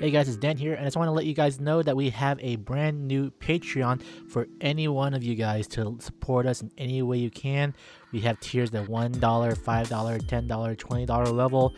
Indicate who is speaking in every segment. Speaker 1: Hey guys, it's Dan here, and I just want to let you guys know that we have a brand new Patreon for any one of you guys to support us in any way you can. We have tiers at $1, $5, $10, $20 level.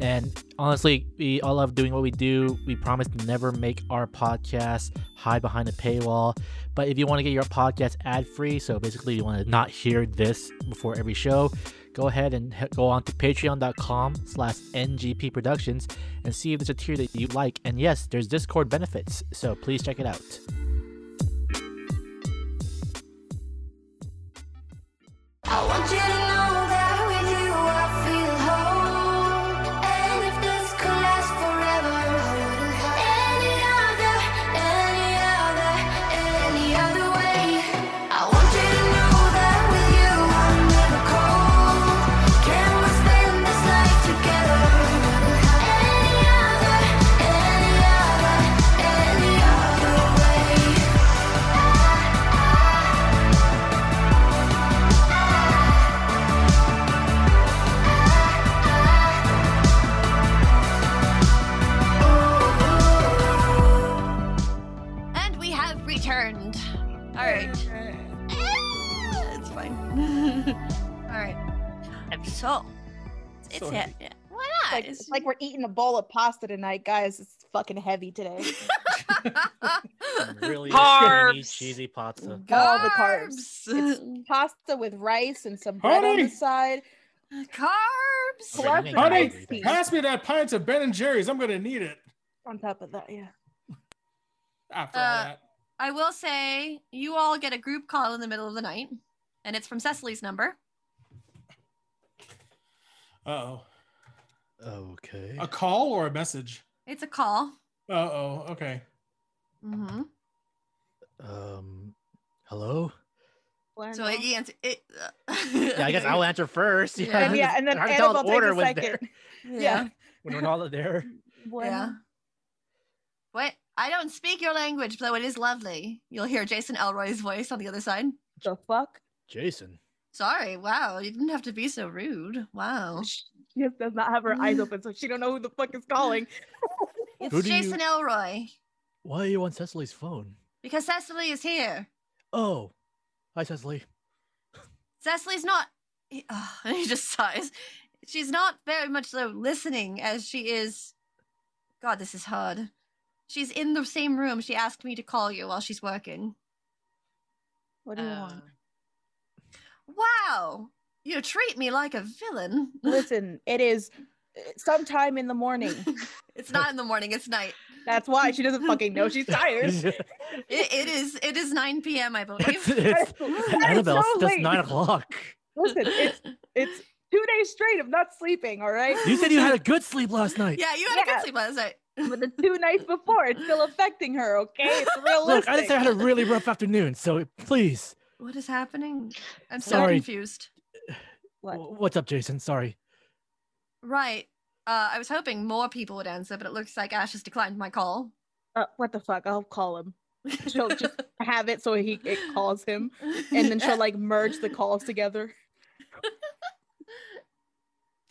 Speaker 1: And honestly, we all love doing what we do. We promise to never make our podcast hide behind a paywall. But if you want to get your podcast ad free, so basically you want to not hear this before every show, go ahead and he- go on to patreon.com slash ngp productions and see if there's a tier that you like. And yes, there's Discord benefits, so please check it out.
Speaker 2: I want you to know that with you I feel whole. And if this could last forever, I wouldn't have any other, any other, any other way. I want you to know that with you I'm never cold. Can we spend this life together? Any other, any other, any other way.
Speaker 3: And we have returned. All right. Eh, It's fine. All right. So, it's
Speaker 1: So
Speaker 3: it. Yeah. Why not?
Speaker 4: like,
Speaker 3: It's-
Speaker 4: it's like we're eating a bowl of pasta tonight, guys. It's fucking heavy today.
Speaker 1: Really
Speaker 3: Carbs.
Speaker 1: creamy, cheesy pasta.
Speaker 4: All the carbs. It's
Speaker 3: Carbs.
Speaker 4: pasta with rice and some bread on
Speaker 5: Honey.
Speaker 4: the side.
Speaker 3: Carbs.
Speaker 1: Okay, you make me
Speaker 5: Honey.
Speaker 1: hungry.
Speaker 4: Please.
Speaker 5: Pass me that pint of Ben and Jerry's. I'm gonna need it
Speaker 4: On top of that, yeah.
Speaker 5: after
Speaker 3: Uh,
Speaker 5: all that.
Speaker 3: I will say you all get a group call in the middle of the night, and it's from Cecily's number.
Speaker 5: Uh
Speaker 1: Okay.
Speaker 4: Uh,
Speaker 5: oh, a call or a message?
Speaker 3: It's a call.
Speaker 5: Uh oh, okay.
Speaker 3: Mm-hmm.
Speaker 1: Um, hello.
Speaker 4: Learn
Speaker 3: So
Speaker 4: now.
Speaker 3: it, answer, it
Speaker 1: Yeah, I guess I'll answer first.
Speaker 3: Yeah.
Speaker 4: and yeah, and then
Speaker 1: I can tell
Speaker 4: Annabelle
Speaker 1: the
Speaker 4: takes
Speaker 1: order
Speaker 4: a
Speaker 1: was
Speaker 4: second.
Speaker 1: there
Speaker 4: Yeah.
Speaker 1: when we're all there.
Speaker 4: Bueno.
Speaker 3: Yeah. What? I don't speak your language, though it is lovely. You'll hear Jason Elroy's voice on the other side.
Speaker 4: The fuck?
Speaker 1: Jason.
Speaker 3: Sorry, wow, you didn't have to be so rude. Wow.
Speaker 4: She just does not have her eyes open, so she don't know who the fuck is calling.
Speaker 3: It's
Speaker 1: Who do you-
Speaker 3: Jason Elroy.
Speaker 1: Why are you on Cecily's phone?
Speaker 3: Because Cecily is here.
Speaker 1: Oh, hi, Cecily.
Speaker 3: Cecily's not he, oh, he just sighs. She's not very much so listening as she is God, this is hard. She's in the same room. She asked me to call you while she's working.
Speaker 4: What do you want?
Speaker 3: Wow. You treat me like a villain.
Speaker 4: Listen, it is uh, sometime in the morning.
Speaker 3: it's not in the morning, it's night.
Speaker 4: That's why she doesn't fucking know she's tired.
Speaker 1: it's,
Speaker 3: It, it is it is 9 p.m. I believe.
Speaker 1: it's, Annabelle,
Speaker 4: so
Speaker 1: it's just
Speaker 4: late.
Speaker 1: nine o'clock.
Speaker 4: Listen, it's it's two days straight of not sleeping, all right?
Speaker 1: You said you had a good sleep last night.
Speaker 3: yeah, you had a
Speaker 4: Yeah.
Speaker 3: good sleep last night.
Speaker 4: But the two nights before, it's still affecting her, okay? It's realistic.
Speaker 1: Look, I just had a really rough afternoon, so please.
Speaker 3: What is happening? I'm so
Speaker 1: Sorry.
Speaker 3: confused.
Speaker 4: What?
Speaker 1: w- What's up, Jason? Sorry.
Speaker 3: Right. Uh, I was hoping more people would answer, but it looks like Ash has declined my call.
Speaker 4: Uh, what the fuck? I'll call him. She'll just have it so he it calls him, and then she'll like merge the calls together.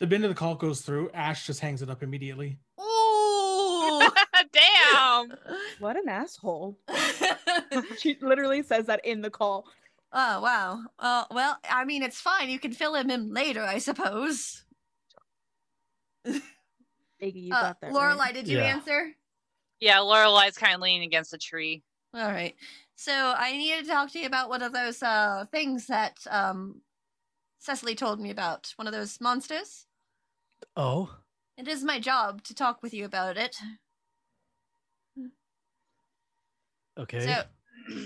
Speaker 5: The bend of the call goes through. Ash just hangs it up immediately.
Speaker 3: Ooh!
Speaker 6: Damn.
Speaker 4: What an asshole!
Speaker 3: oh
Speaker 4: She literally says that in the call.
Speaker 3: wow. Uh, well, I mean, it's fine. You can fill him in later, I suppose.
Speaker 4: Iggy, you
Speaker 3: Uh,
Speaker 4: got that.
Speaker 3: Lorelai,
Speaker 4: right?
Speaker 3: did you
Speaker 1: Yeah.
Speaker 3: answer?
Speaker 6: Yeah, Lorelai's kind of leaning against a tree.
Speaker 3: All right. So I needed to talk to you about one of those uh, things that um, Cecily told me about. One of those monsters.
Speaker 1: Oh,
Speaker 3: It is my job to talk with you about it.
Speaker 1: okay.
Speaker 3: So,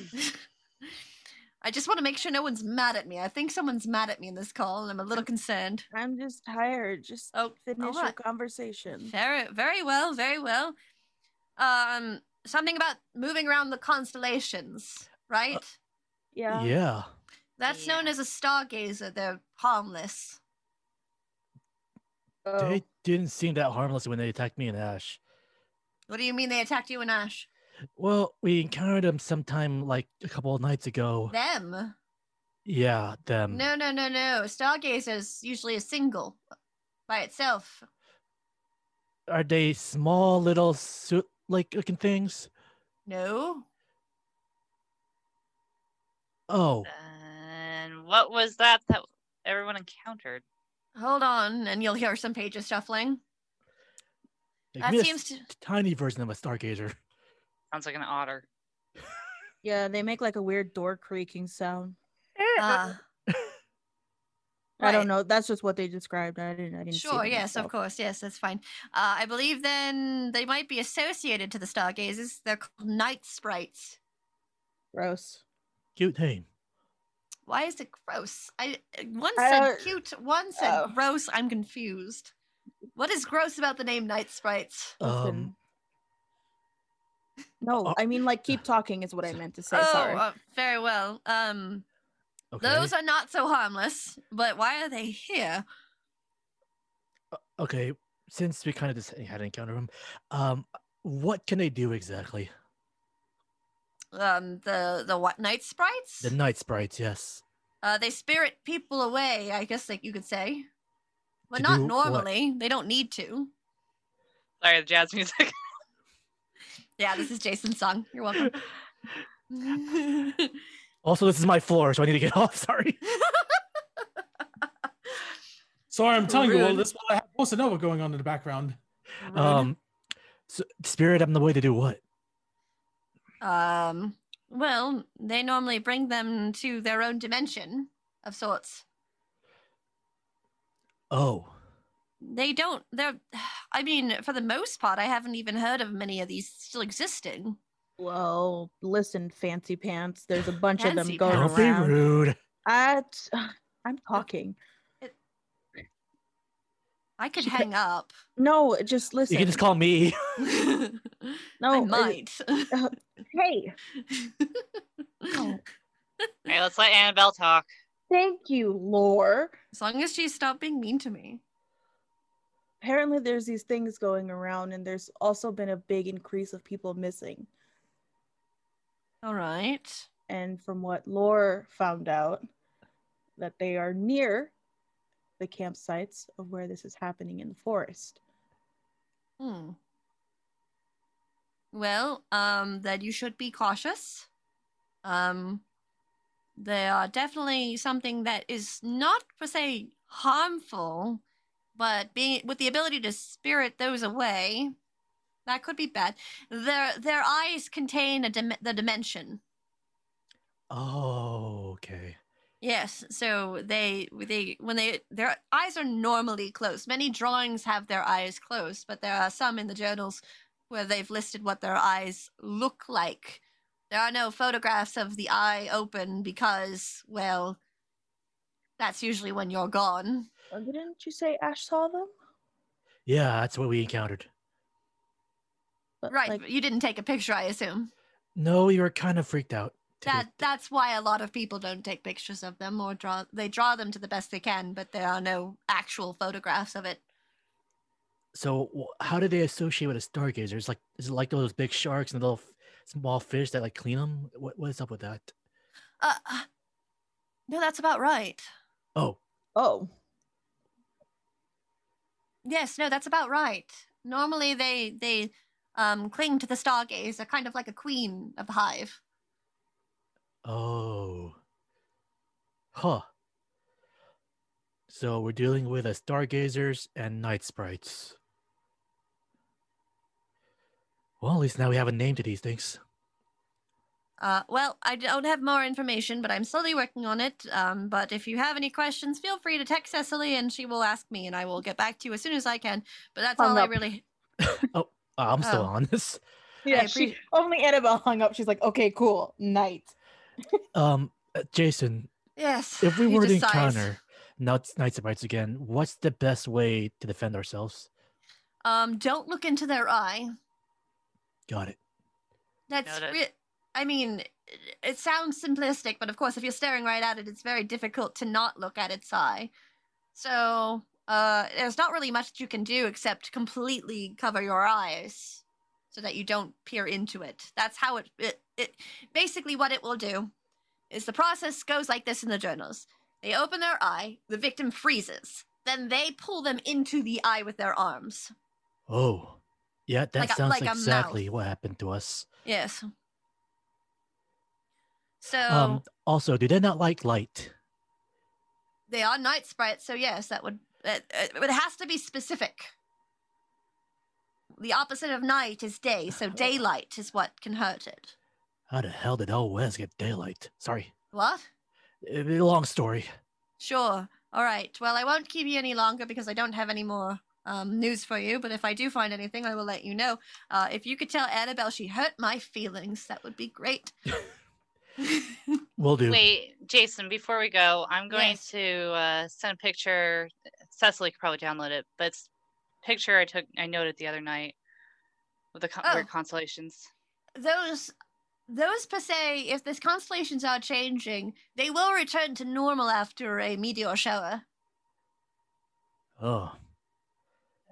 Speaker 3: I just want to make sure no one's mad at me. I think someone's mad at me in this call, and I'm a little concerned.
Speaker 4: I'm just tired. Just
Speaker 3: Oh,
Speaker 4: finish your
Speaker 3: alright.
Speaker 4: conversation.
Speaker 3: very, very well, very well. Um, something about moving around the constellations, right?
Speaker 4: Yeah.
Speaker 1: yeah.
Speaker 3: That's known
Speaker 6: yeah.
Speaker 3: as a stargazer. They're harmless.
Speaker 4: Oh,
Speaker 1: They didn't seem that harmless when they attacked me and Ash.
Speaker 3: What do you mean they attacked you and Ash?
Speaker 1: Well, we encountered them sometime like a couple of nights ago.
Speaker 3: Them?
Speaker 1: yeah, them.
Speaker 3: No, no, no, no. Stargazer is usually a single by itself.
Speaker 1: Are they small little su- like looking things?
Speaker 3: No.
Speaker 1: Oh,
Speaker 6: And what was that that everyone encountered?
Speaker 3: Hold on, and you'll hear some pages shuffling.
Speaker 1: like, give
Speaker 3: That
Speaker 1: me a
Speaker 3: seems to.
Speaker 1: tiny version of a stargazer.
Speaker 6: Sounds like an otter.
Speaker 4: Yeah, they make like a weird door creaking sound.
Speaker 3: Uh,
Speaker 4: I
Speaker 3: Right.
Speaker 4: don't know. That's just what they described. I didn't. I didn't. see
Speaker 3: Sure,
Speaker 4: them
Speaker 3: yes, of
Speaker 4: myself.
Speaker 3: course, yes, that's fine. Uh, I believe then they might be associated to the stargazers. They're called night sprites.
Speaker 4: Gross.
Speaker 1: Cute name.
Speaker 3: Why is it gross? I uh, one
Speaker 4: I
Speaker 3: said
Speaker 1: Uh,
Speaker 4: don't-
Speaker 3: cute, one said
Speaker 4: Oh.
Speaker 3: gross. I'm confused. What is gross about the name night sprites?
Speaker 1: Um,
Speaker 4: No,
Speaker 1: Oh.
Speaker 4: I mean like keep talking is what I meant to say.
Speaker 3: oh,
Speaker 4: Sorry.
Speaker 3: uh, very well. Um,
Speaker 1: okay.
Speaker 3: those are not so harmless. But why are they here?
Speaker 1: okay. Since we kind of just had an encounter with him, um, what can they do exactly?
Speaker 3: Um, the the what night sprites?
Speaker 1: The night sprites, yes.
Speaker 3: Uh, they spirit people away. I guess like you could say, but
Speaker 1: To
Speaker 3: not
Speaker 1: do what?
Speaker 3: normally. They don't need to.
Speaker 6: Sorry, the jazz music.
Speaker 3: Yeah, this is Jason's song. You're welcome.
Speaker 1: Also, this is my floor, so I need to get off. Sorry.
Speaker 5: Sorry, I'm telling you all
Speaker 3: Rude.
Speaker 5: this while I have Bossa Nova going on in the background.
Speaker 1: Um, so, spirit, I'm the way to do what?
Speaker 3: um, well, they normally bring them to their own dimension of sorts.
Speaker 1: Oh,
Speaker 3: They don't. They're. I mean, for the most part, I haven't even heard of many of these still existing.
Speaker 4: Well, listen, fancy pants. There's a bunch of them
Speaker 3: Fancy
Speaker 4: going
Speaker 1: don't
Speaker 4: around.
Speaker 1: be rude.
Speaker 4: I, I'm talking.
Speaker 3: I could hang up.
Speaker 4: No, just listen.
Speaker 1: You can just call me.
Speaker 3: I
Speaker 4: no, Oh, it-
Speaker 3: might.
Speaker 4: Hey,
Speaker 6: All right, let's let Annabelle talk.
Speaker 4: thank you, Lore.
Speaker 3: as long as she stopped being mean to me.
Speaker 4: Apparently, there's these things going around, and there's also been a big increase of people missing.
Speaker 3: All right.
Speaker 4: And from what Lore found out, that they are near the campsites of where this is happening in the forest.
Speaker 3: Hmm. Well, um, then you should be cautious. Um, they are definitely something that is not per se harmful, but being with the ability to spirit those away, that could be bad. Their their eyes contain a dim- the dimension.
Speaker 1: Oh, okay.
Speaker 3: Yes, so they they when they their eyes are normally closed. Many drawings have their eyes closed, but there are some in the journals where they've listed what their eyes look like. There are no photographs of the eye open because, well, that's usually when you're gone.
Speaker 4: Uh, Didn't you say Ash saw them?
Speaker 1: Yeah, that's what we encountered.
Speaker 4: But,
Speaker 3: Right,
Speaker 4: like,
Speaker 3: but you didn't take a picture, I assume.
Speaker 1: No, you were kind of freaked out. to go-
Speaker 3: That that's why a lot of people don't take pictures of them or draw they draw them to the best they can, but there are no actual photographs of it.
Speaker 1: so, wh- how do they associate with a stargazer? It's like, is it like those big sharks and the little f- small fish that like clean them? What, what is up with that?
Speaker 3: Uh uh, No, that's about right.
Speaker 1: Oh,
Speaker 4: oh,
Speaker 3: Yes, no, that's about right. Normally they they um cling to the stargazer, kind of like a queen of the hive.
Speaker 1: oh, huh. So we're dealing with a stargazers and night sprites. Well, at least now we have a name to these things.
Speaker 3: Uh, well, I don't have more information, but I'm slowly working on it. Um, but if you have any questions, feel free to text Cecily, and she will ask me, and I will get back to you as soon as I can. But that's
Speaker 4: Hung
Speaker 3: all I
Speaker 4: up.
Speaker 3: really.
Speaker 1: Uh, I'm still
Speaker 3: Oh.
Speaker 1: on this.
Speaker 4: yeah.
Speaker 3: appreciate-
Speaker 4: She, only Annabelle hung up. She's like, okay, cool, night.
Speaker 1: Um, uh, Jason,
Speaker 3: Yes.
Speaker 1: if we
Speaker 3: he
Speaker 1: were to
Speaker 3: just sighs.
Speaker 1: encounter night night sprites again, what's the best way to defend ourselves?
Speaker 3: um, don't look into their eye.
Speaker 1: Got it.
Speaker 3: That's
Speaker 6: Noted.
Speaker 3: re- I mean, it- it sounds simplistic, but of course, if you're staring right at it, it's very difficult to not look at its eye. So, uh, there's not really much that you can do except completely cover your eyes so that you don't peer into it. That's how it, it, it basically what it will do is the process goes like this in the journals. They open their eye, the victim freezes. Then they pull them into the eye with their arms.
Speaker 1: Oh, Yeah, that
Speaker 3: Like a-
Speaker 1: sounds
Speaker 3: like a mouth.
Speaker 1: exactly what happened to us.
Speaker 3: Yes. So
Speaker 1: Um, also, do they not like light?
Speaker 3: they are night sprites, so yes, that would that, uh, it has to be specific. The opposite of night is day, so daylight is what can hurt it.
Speaker 1: How the hell did El West get daylight? Sorry,
Speaker 3: What?
Speaker 1: it, it- Eh, long story.
Speaker 3: Sure. All right. Well, I won't keep you any longer because I don't have any more um, news for you. But if I do find anything, I will let you know. Uh, if you could tell Annabelle she hurt my feelings, that would be great.
Speaker 1: Will do.
Speaker 6: Wait, Jason, before we go, I'm going
Speaker 3: Yes.
Speaker 6: to uh, send a picture. Cecily could probably download it, but it's a picture I took, I noted the other night with the con-
Speaker 3: Oh.
Speaker 6: weird constellations.
Speaker 3: those, those per se, if the constellations are changing, they will return to normal after a meteor shower.
Speaker 1: Oh,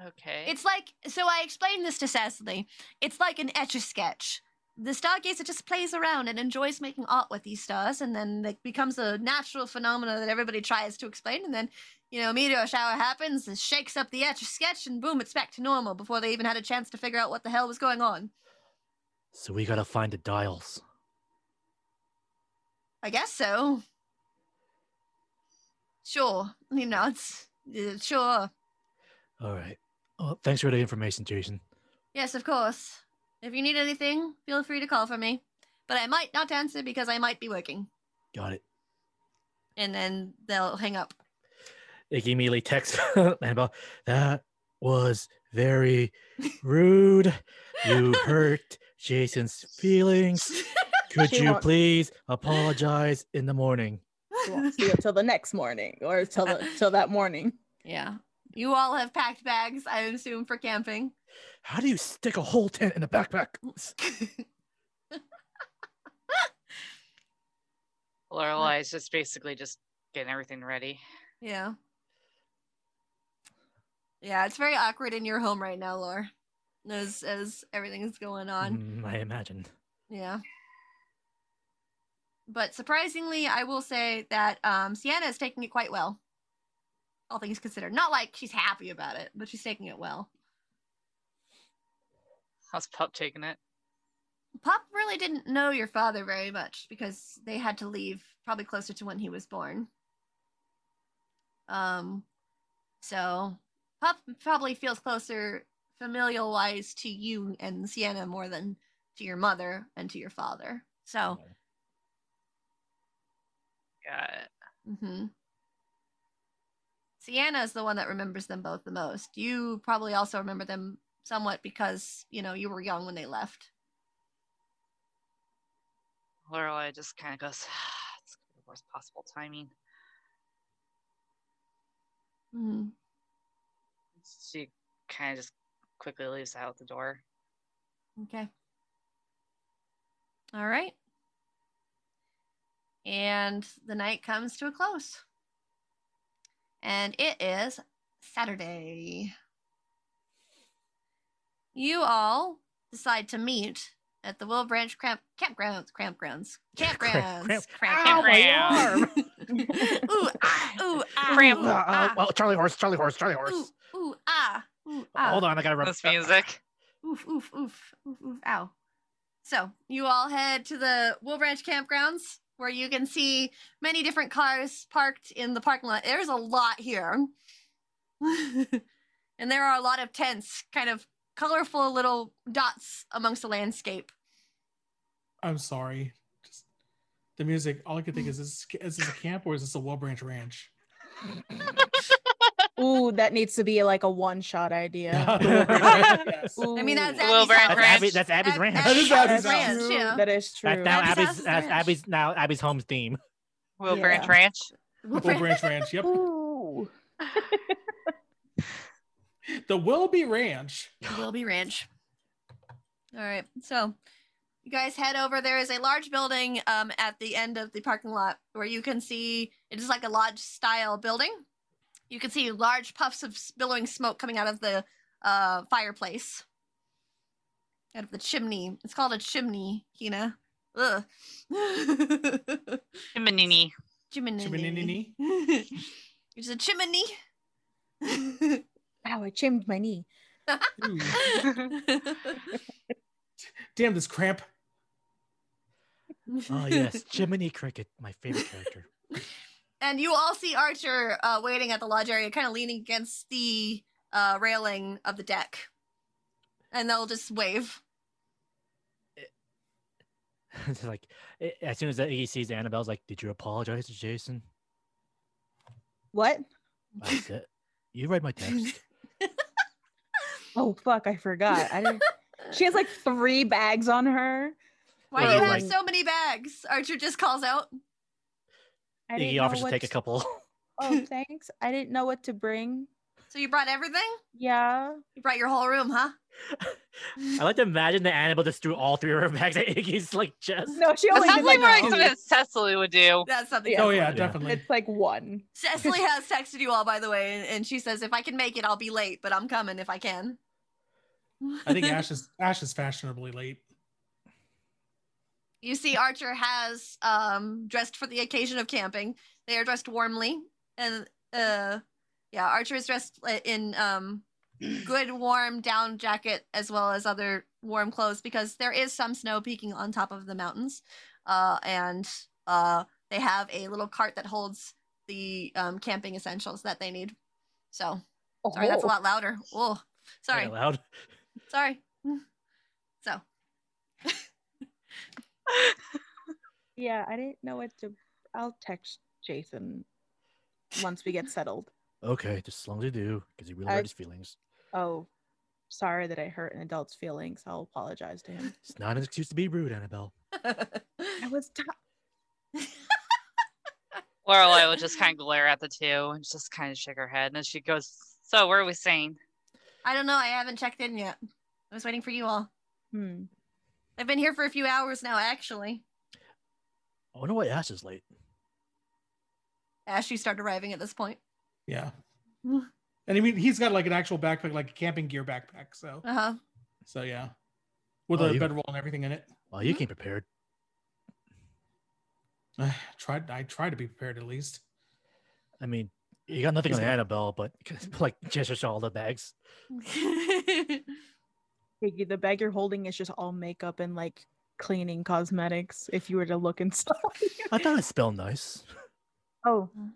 Speaker 6: Okay.
Speaker 3: It's like so. I explained this to Cecily. It's like an etch a sketch. The stargazer just plays around and enjoys making art with these stars, and then it becomes a natural phenomenon that everybody tries to explain. And then, you know, a meteor shower happens, it shakes up the etch a sketch, and boom, it's back to normal before they even had a chance to figure out what the hell was going on.
Speaker 1: so we gotta find the dials.
Speaker 3: I guess so. Sure, you know, it's uh, sure.
Speaker 1: All right. Oh, thanks for the information, Jason.
Speaker 3: Yes, of course. If you need anything, feel free to call for me. But I might not answer because I might be working.
Speaker 1: Got it.
Speaker 3: and then they'll hang up.
Speaker 1: Iggy immediately texts Annabelle, that was very rude. You hurt Jason's feelings. Could
Speaker 4: She
Speaker 1: you
Speaker 4: wa-
Speaker 1: please apologize in the morning?
Speaker 4: We won't see you till the next morning or till the, till that morning.
Speaker 3: yeah. You all have packed bags, I assume, for camping.
Speaker 1: How do you stick a whole tent in a backpack?
Speaker 6: Lorelai is just basically just getting everything ready.
Speaker 3: yeah. Yeah, it's very awkward in your home right now, Lore. As as everything is going on.
Speaker 1: Mm, I imagine.
Speaker 3: Yeah. But surprisingly, I will say that um, Sienna is taking it quite well. All things considered. Not like she's happy about it, but she's taking it well.
Speaker 6: How's Pup taking it?
Speaker 3: Pop really didn't know your father very much because they had to leave probably closer to when he was born. Um, so Pop probably feels closer familial wise to you and Sienna more than to your mother and to your father. So,
Speaker 6: Got it.
Speaker 3: hmm Sienna is the one that remembers them both the most. You probably also remember them somewhat because you know you were young when they left.
Speaker 6: Lorelai just kind of goes, it's the worst possible timing.
Speaker 3: Mm-hmm.
Speaker 6: She kind of just quickly leaves out the door.
Speaker 3: Okay. All right. And the night comes to a close. And it is Saturday. You all decide to meet at the Will Branch Cramp Campgrounds Campgrounds
Speaker 1: Cramp-
Speaker 3: Campgrounds
Speaker 1: cramp-
Speaker 6: Ow, my
Speaker 3: Campgrounds. ooh ah ooh ah
Speaker 6: Cramp.
Speaker 3: ooh,
Speaker 1: Uh, uh,
Speaker 3: ah,
Speaker 1: well, Charlie horse, Charlie horse, Charlie horse.
Speaker 3: ooh ooh ah ooh ah
Speaker 1: Hold on, I gotta rub
Speaker 6: This music.
Speaker 3: Oof, oof, oof, oof, oof, ow. So you all head to the Wool Branch campgrounds where you can see many different cars parked in the parking lot. There's a lot here. and there are a lot of tents, kind of colorful little dots amongst the landscape.
Speaker 5: I'm sorry. Just the music. All I could think is, is this, is this a camp or is this a Well Branch Ranch?
Speaker 4: Ooh, that needs to be like a one shot idea.
Speaker 5: Yes.
Speaker 4: Ooh,
Speaker 3: I mean, that's
Speaker 6: Ooh. Will
Speaker 3: Abby's
Speaker 6: Branch
Speaker 3: house.
Speaker 1: That's, Abby, that's Abby's
Speaker 3: Ab-
Speaker 1: ranch.
Speaker 5: That is
Speaker 4: that's
Speaker 5: Abby's house.
Speaker 3: ranch,
Speaker 4: true.
Speaker 3: yeah.
Speaker 4: That is
Speaker 1: That's
Speaker 4: true.
Speaker 1: now
Speaker 3: Abby's house
Speaker 1: Abby's.
Speaker 3: is
Speaker 1: That's
Speaker 3: ranch.
Speaker 1: Abby's now Abby's home theme.
Speaker 6: Will
Speaker 4: Yeah.
Speaker 6: Branch Ranch.
Speaker 3: Wool
Speaker 5: Well
Speaker 3: Branch-
Speaker 5: Branch Ranch. Yep.
Speaker 4: Ooh.
Speaker 5: The Wilby Ranch.
Speaker 3: Wilby Ranch. All right, so you guys head over. There is a large building um, at the end of the parking lot where you can see it is like a lodge style building. You can see large puffs of s- billowing smoke coming out of the uh, fireplace, out of the chimney. It's called a chimney, Hina. Ugh.
Speaker 6: Chimanini.
Speaker 3: chimney.
Speaker 5: Chimininini.
Speaker 3: it's a chimney.
Speaker 4: Wow, I chimed my knee.
Speaker 5: Ooh, damn this cramp.
Speaker 1: Oh yes, Jiminy Cricket, my favorite character.
Speaker 3: And you all see Archer uh, waiting at the lodge area, kind of leaning against the uh, railing of the deck. And they'll just wave.
Speaker 1: it's like a- as soon as that he sees Annabelle's like, "Did you apologize to Jason?"
Speaker 4: What?
Speaker 1: I said, "You read my text."
Speaker 4: Oh fuck, I forgot. I didn't. She has like three bags on her.
Speaker 3: Why
Speaker 1: Well,
Speaker 3: do you
Speaker 1: you
Speaker 3: have
Speaker 1: like-
Speaker 3: so many bags? Archer just calls out.
Speaker 4: I didn't
Speaker 1: He
Speaker 4: know
Speaker 1: offers to
Speaker 4: what
Speaker 1: take a couple.
Speaker 4: Oh, thanks. I didn't know what to bring.
Speaker 3: So you brought everything?
Speaker 4: Yeah.
Speaker 3: You brought your whole room, huh?
Speaker 1: I like to imagine that Annabelle just threw all three of her bags at Iggy's like chest.
Speaker 4: No, she
Speaker 6: That
Speaker 4: only
Speaker 6: sounds
Speaker 4: did, like,
Speaker 6: like more like
Speaker 4: two.
Speaker 6: something that Cecily would do.
Speaker 3: That's something.
Speaker 4: Yeah.
Speaker 5: Oh
Speaker 3: else.
Speaker 5: yeah,
Speaker 1: Yeah.
Speaker 5: definitely.
Speaker 4: It's like one.
Speaker 3: Cecily has texted you all, by the way, and- and she says, if I can make it, I'll be late, but I'm coming if I can.
Speaker 5: I think Ash is Ash is fashionably late.
Speaker 3: You see, Archer has um, dressed for the occasion of camping. They are dressed warmly, and uh, yeah, Archer is dressed li- in um, good warm down jacket as well as other warm clothes because there is some snow peaking on top of the mountains, uh, and uh, they have a little cart that holds the um, camping essentials that they need. So sorry, that's a lot louder. Oh, sorry,
Speaker 1: Very loud.
Speaker 3: sorry.
Speaker 4: Yeah, I didn't know what to. I'll text Jason once we get settled.
Speaker 1: Okay, just as long as you do, because he really
Speaker 4: I-
Speaker 1: hurt his feelings.
Speaker 4: Oh, sorry that I hurt an adult's feelings. I'll apologize to him.
Speaker 1: It's not an excuse to be rude, Annabelle.
Speaker 4: I was. T-
Speaker 6: Lorelai will just kind of glare at the two and just kind of shake her head. And then she goes, "So, what are we saying?"
Speaker 3: I don't know. I haven't checked in yet. I was waiting for you all.
Speaker 4: hmm.
Speaker 3: I've been here for a few hours now, actually.
Speaker 1: I wonder why Ash is late.
Speaker 3: Ash, you start arriving at this point.
Speaker 5: Yeah.
Speaker 3: Hmm.
Speaker 5: And I mean, he's got like an actual backpack, like a camping gear backpack. So,
Speaker 3: Uh huh.
Speaker 5: so yeah, with
Speaker 1: Oh,
Speaker 5: a
Speaker 1: you-
Speaker 5: bedroll and everything in it.
Speaker 1: Well,
Speaker 4: Hmm?
Speaker 1: you came prepared.
Speaker 5: I tried. I tried to be prepared at least.
Speaker 1: I mean, you got nothing
Speaker 5: He's
Speaker 1: on
Speaker 5: not-
Speaker 1: Annabelle, but like just all the bags.
Speaker 4: Piggy, the bag you're holding is just all makeup and like cleaning cosmetics. If you were to look inside.
Speaker 1: I thought it spelled nice.
Speaker 4: oh,
Speaker 5: I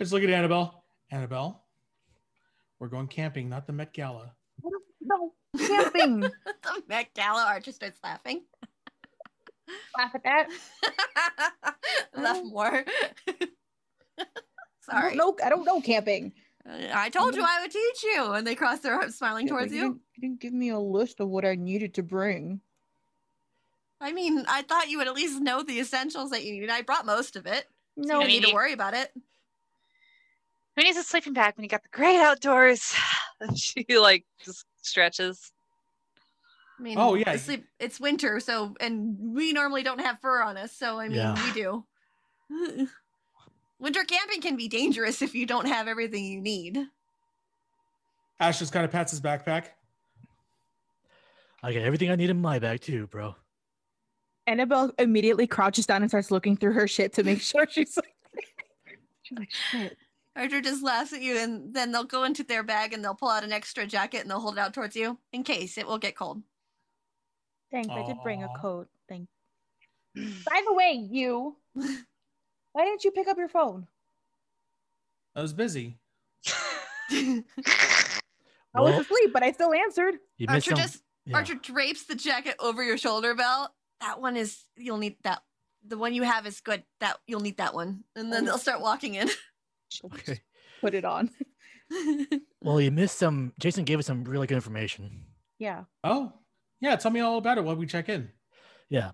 Speaker 5: just look at Annabelle. Annabelle, we're going camping, not the Met Gala.
Speaker 4: no, camping.
Speaker 3: the Met Gala Archer starts laughing.
Speaker 4: Laugh at that.
Speaker 3: Laugh
Speaker 4: Oh.
Speaker 3: more.
Speaker 4: I
Speaker 3: Sorry.
Speaker 4: don't know. I don't know camping.
Speaker 3: I told you I would teach you. And they cross their arms, smiling
Speaker 4: Yeah, but
Speaker 3: towards
Speaker 4: you
Speaker 3: you.
Speaker 4: Didn't, you didn't give me a list of what I needed to bring.
Speaker 3: I mean, I thought you would at least know the essentials that you need. I brought most of it. So
Speaker 4: No,
Speaker 3: you don't need to
Speaker 6: Maybe.
Speaker 3: worry about it.
Speaker 6: Who needs a sleeping bag when you got the great outdoors? And she like just stretches.
Speaker 3: I mean,
Speaker 5: Oh, yeah.
Speaker 3: the sleep, it's winter, so and we normally don't have fur on us, so I mean,
Speaker 1: Yeah.
Speaker 3: we do. winter camping can be dangerous if you don't have everything you need.
Speaker 5: Ash just kind of pats his backpack.
Speaker 1: I got everything I need in my bag too, bro.
Speaker 4: Annabelle immediately crouches down and starts looking through her shit to make sure she's like, she's like shit.
Speaker 3: Archer just laughs at you, and then they'll go into their bag and they'll pull out an extra jacket and they'll hold it out towards you in case it will get cold.
Speaker 4: Thanks, I did bring a
Speaker 5: Aw.
Speaker 4: coat. Thank. By the way, you, why didn't you pick up your phone?
Speaker 5: I was busy.
Speaker 4: I was asleep, but I still answered.
Speaker 1: you missed
Speaker 3: Archer
Speaker 1: some.
Speaker 3: just
Speaker 1: yeah.
Speaker 3: Archer drapes the jacket over your shoulder belt. That one is you'll need that. The one you have is good. That you'll need that one, and then
Speaker 4: Oh.
Speaker 3: they'll start walking in.
Speaker 4: She'll just
Speaker 1: Okay.
Speaker 4: Put it on.
Speaker 1: Well, you missed some. Jason gave us some really good information.
Speaker 4: Yeah.
Speaker 5: Oh, yeah. Tell me all about it while we check in.
Speaker 1: Yeah,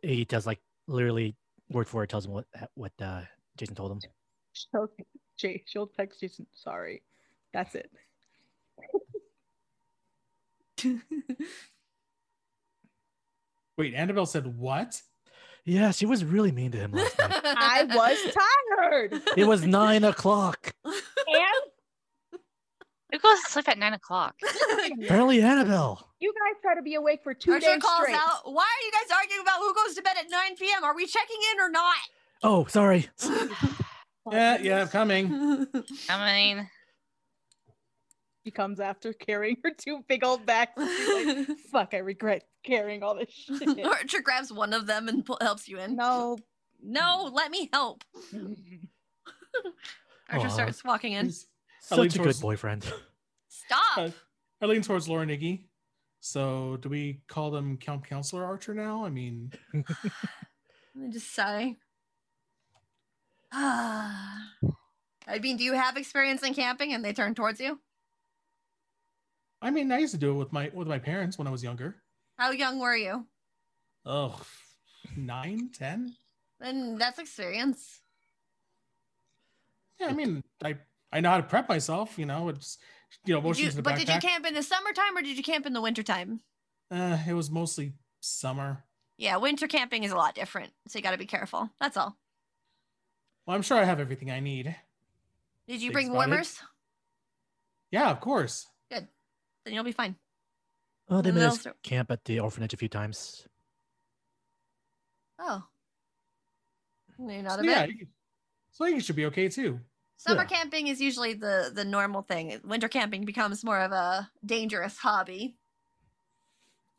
Speaker 1: he tells like literally word for word tells him what what uh, Jason told him.
Speaker 4: She'll, Jay, she'll text you. some- Sorry. That's it.
Speaker 5: Wait, Annabelle said what?
Speaker 1: Yeah, she was really mean to him last night.
Speaker 4: I was tired. And
Speaker 1: It was nine o'clock.
Speaker 6: Who goes to sleep at nine o'clock?
Speaker 1: Apparently, Annabelle.
Speaker 4: you guys try to be awake for two
Speaker 3: Archer
Speaker 4: days
Speaker 3: calls
Speaker 4: straight.
Speaker 3: out, Why are you guys arguing about who goes to bed at 9 p.m.? Are we checking in or
Speaker 1: Oh, sorry.
Speaker 5: Yeah, yeah, I'm coming.
Speaker 3: not?
Speaker 6: I mean,
Speaker 4: She comes after carrying her two big old bags. She's like, Fuck, I regret carrying all this shit.
Speaker 3: Archer grabs one of them and pu- helps you in.
Speaker 4: no.
Speaker 3: No, let me help. Archer
Speaker 1: Aw.
Speaker 3: starts walking in.
Speaker 5: lean
Speaker 1: Such a
Speaker 5: towards-
Speaker 1: good boyfriend.
Speaker 3: Stop.
Speaker 5: Uh, I lean towards Lauren Iggy. So do we call them Count Counselor Archer now? I mean,
Speaker 3: I just sigh. I mean, do you have experience in camping? And they turn towards you.
Speaker 5: I mean, I used to do it with my with my parents when I was younger.
Speaker 3: How young were you?
Speaker 5: Oh, nine, ten.
Speaker 3: And that's experience.
Speaker 5: Yeah, I mean, I I know how to prep myself. You know, it's you know,
Speaker 3: Did
Speaker 5: motion
Speaker 3: you-
Speaker 5: to the
Speaker 3: but
Speaker 5: backpack.
Speaker 3: did you camp in the summertime or did you camp in the wintertime?
Speaker 5: uh, it was mostly summer.
Speaker 3: Yeah, winter camping is a lot different, so you got to be careful. That's all.
Speaker 5: Well, I'm sure I have everything I need.
Speaker 3: Did you bring
Speaker 5: Thanks about it.
Speaker 3: warmers?
Speaker 5: Yeah, of course.
Speaker 3: Then you'll be fine.
Speaker 1: Oh, they
Speaker 3: Who
Speaker 1: made
Speaker 3: else
Speaker 1: us
Speaker 3: do-
Speaker 1: camp at the orphanage a few times.
Speaker 3: Oh, you're not a
Speaker 5: So yeah,
Speaker 3: bit.
Speaker 5: you- so you should be okay too.
Speaker 3: Summer
Speaker 1: yeah.
Speaker 3: camping is usually the the normal thing. Winter camping becomes more of a dangerous hobby.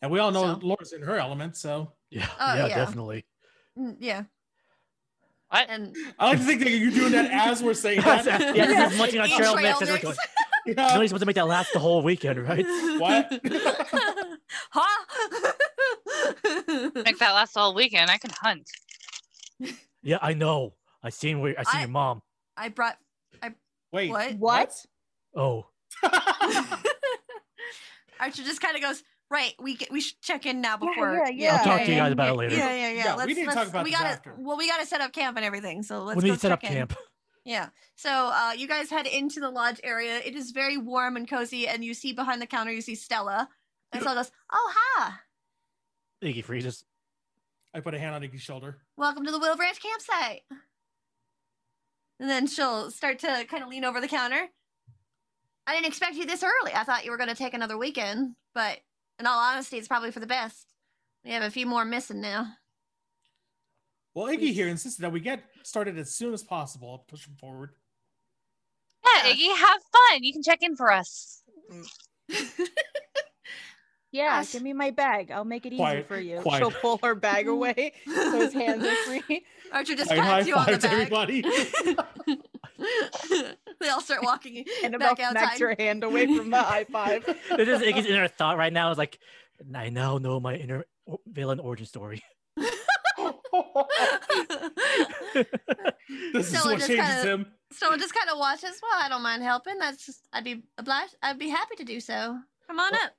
Speaker 5: And we all know
Speaker 3: So-
Speaker 5: Laura's in her element, so
Speaker 1: Yeah,
Speaker 3: Oh,
Speaker 1: yeah,
Speaker 3: yeah.
Speaker 1: definitely.
Speaker 3: Mm, Yeah.
Speaker 6: What?
Speaker 3: And
Speaker 5: I like to think that you're doing that as we're saying
Speaker 1: yeah,
Speaker 5: that.
Speaker 1: yeah, just munching on
Speaker 3: Eat
Speaker 1: trail
Speaker 3: trail
Speaker 1: mix. as we're
Speaker 3: mix.
Speaker 1: going.
Speaker 5: Yeah.
Speaker 1: Nobody's supposed to make that last the whole weekend, right?
Speaker 5: What?
Speaker 3: huh?
Speaker 6: Make that last all weekend. I can hunt.
Speaker 1: Yeah, I know. I seen where I seen
Speaker 3: I-
Speaker 1: your mom.
Speaker 3: I brought
Speaker 5: Wait.
Speaker 1: Eh,
Speaker 3: what?
Speaker 4: What?
Speaker 1: Oh,
Speaker 3: Archer just kind of goes right. We get, we should check in now
Speaker 4: Yeah,
Speaker 3: before.
Speaker 4: yeah, yeah.
Speaker 1: I'll talk to you
Speaker 4: yeah,
Speaker 1: guys about it
Speaker 3: Yeah,
Speaker 1: later.
Speaker 3: yeah, yeah.
Speaker 5: Yeah, we
Speaker 3: let's,
Speaker 5: need to talk
Speaker 3: let's-
Speaker 5: about
Speaker 3: we
Speaker 5: this
Speaker 3: gotta,
Speaker 5: after.
Speaker 3: Well, we gotta set up camp and everything, so let's
Speaker 1: we need
Speaker 3: go
Speaker 1: to set up
Speaker 3: check in.
Speaker 1: camp.
Speaker 3: Yeah. So uh, you guys head into the lodge area. It is very warm and cozy, and you see behind the counter, you see Stella. And Stella goes, "Oh hi,
Speaker 1: Iggy freezes.
Speaker 5: I put a hand on Iggy's shoulder.
Speaker 3: welcome to the Willow Branch campsite." And then she'll start to kind of lean over the counter. I didn't expect you this early. I thought you were going to take another weekend, but in all honesty, it's probably for the best. We have a few more missing now.
Speaker 5: Well, Iggy here insisted that we get started as soon as possible. I'll push him forward.
Speaker 6: Yeah, Iggy, have fun. You can check in for us.
Speaker 4: Yeah,
Speaker 3: Us.
Speaker 4: give me my bag. I'll make it easy
Speaker 5: Quiet,
Speaker 4: for you.
Speaker 5: quiet.
Speaker 4: She'll pull her bag away so his hands are free.
Speaker 3: Archer just
Speaker 5: High
Speaker 3: pats you on the
Speaker 5: fives,
Speaker 3: back.
Speaker 5: everybody.
Speaker 3: they all start walking
Speaker 4: Annabelle
Speaker 3: back
Speaker 4: smacks
Speaker 3: outside.
Speaker 4: her hand away from the high five.
Speaker 1: This is Iggy's inner thought right now. Is like, I now know my inner o- villain origin story.
Speaker 5: this is
Speaker 3: Stella
Speaker 5: what
Speaker 3: just
Speaker 5: changes
Speaker 3: kinda-
Speaker 5: him.
Speaker 3: so just kind of watches. Well, I don't mind helping. That's just, I'd be obliged. I'd be happy to do so. Come on up.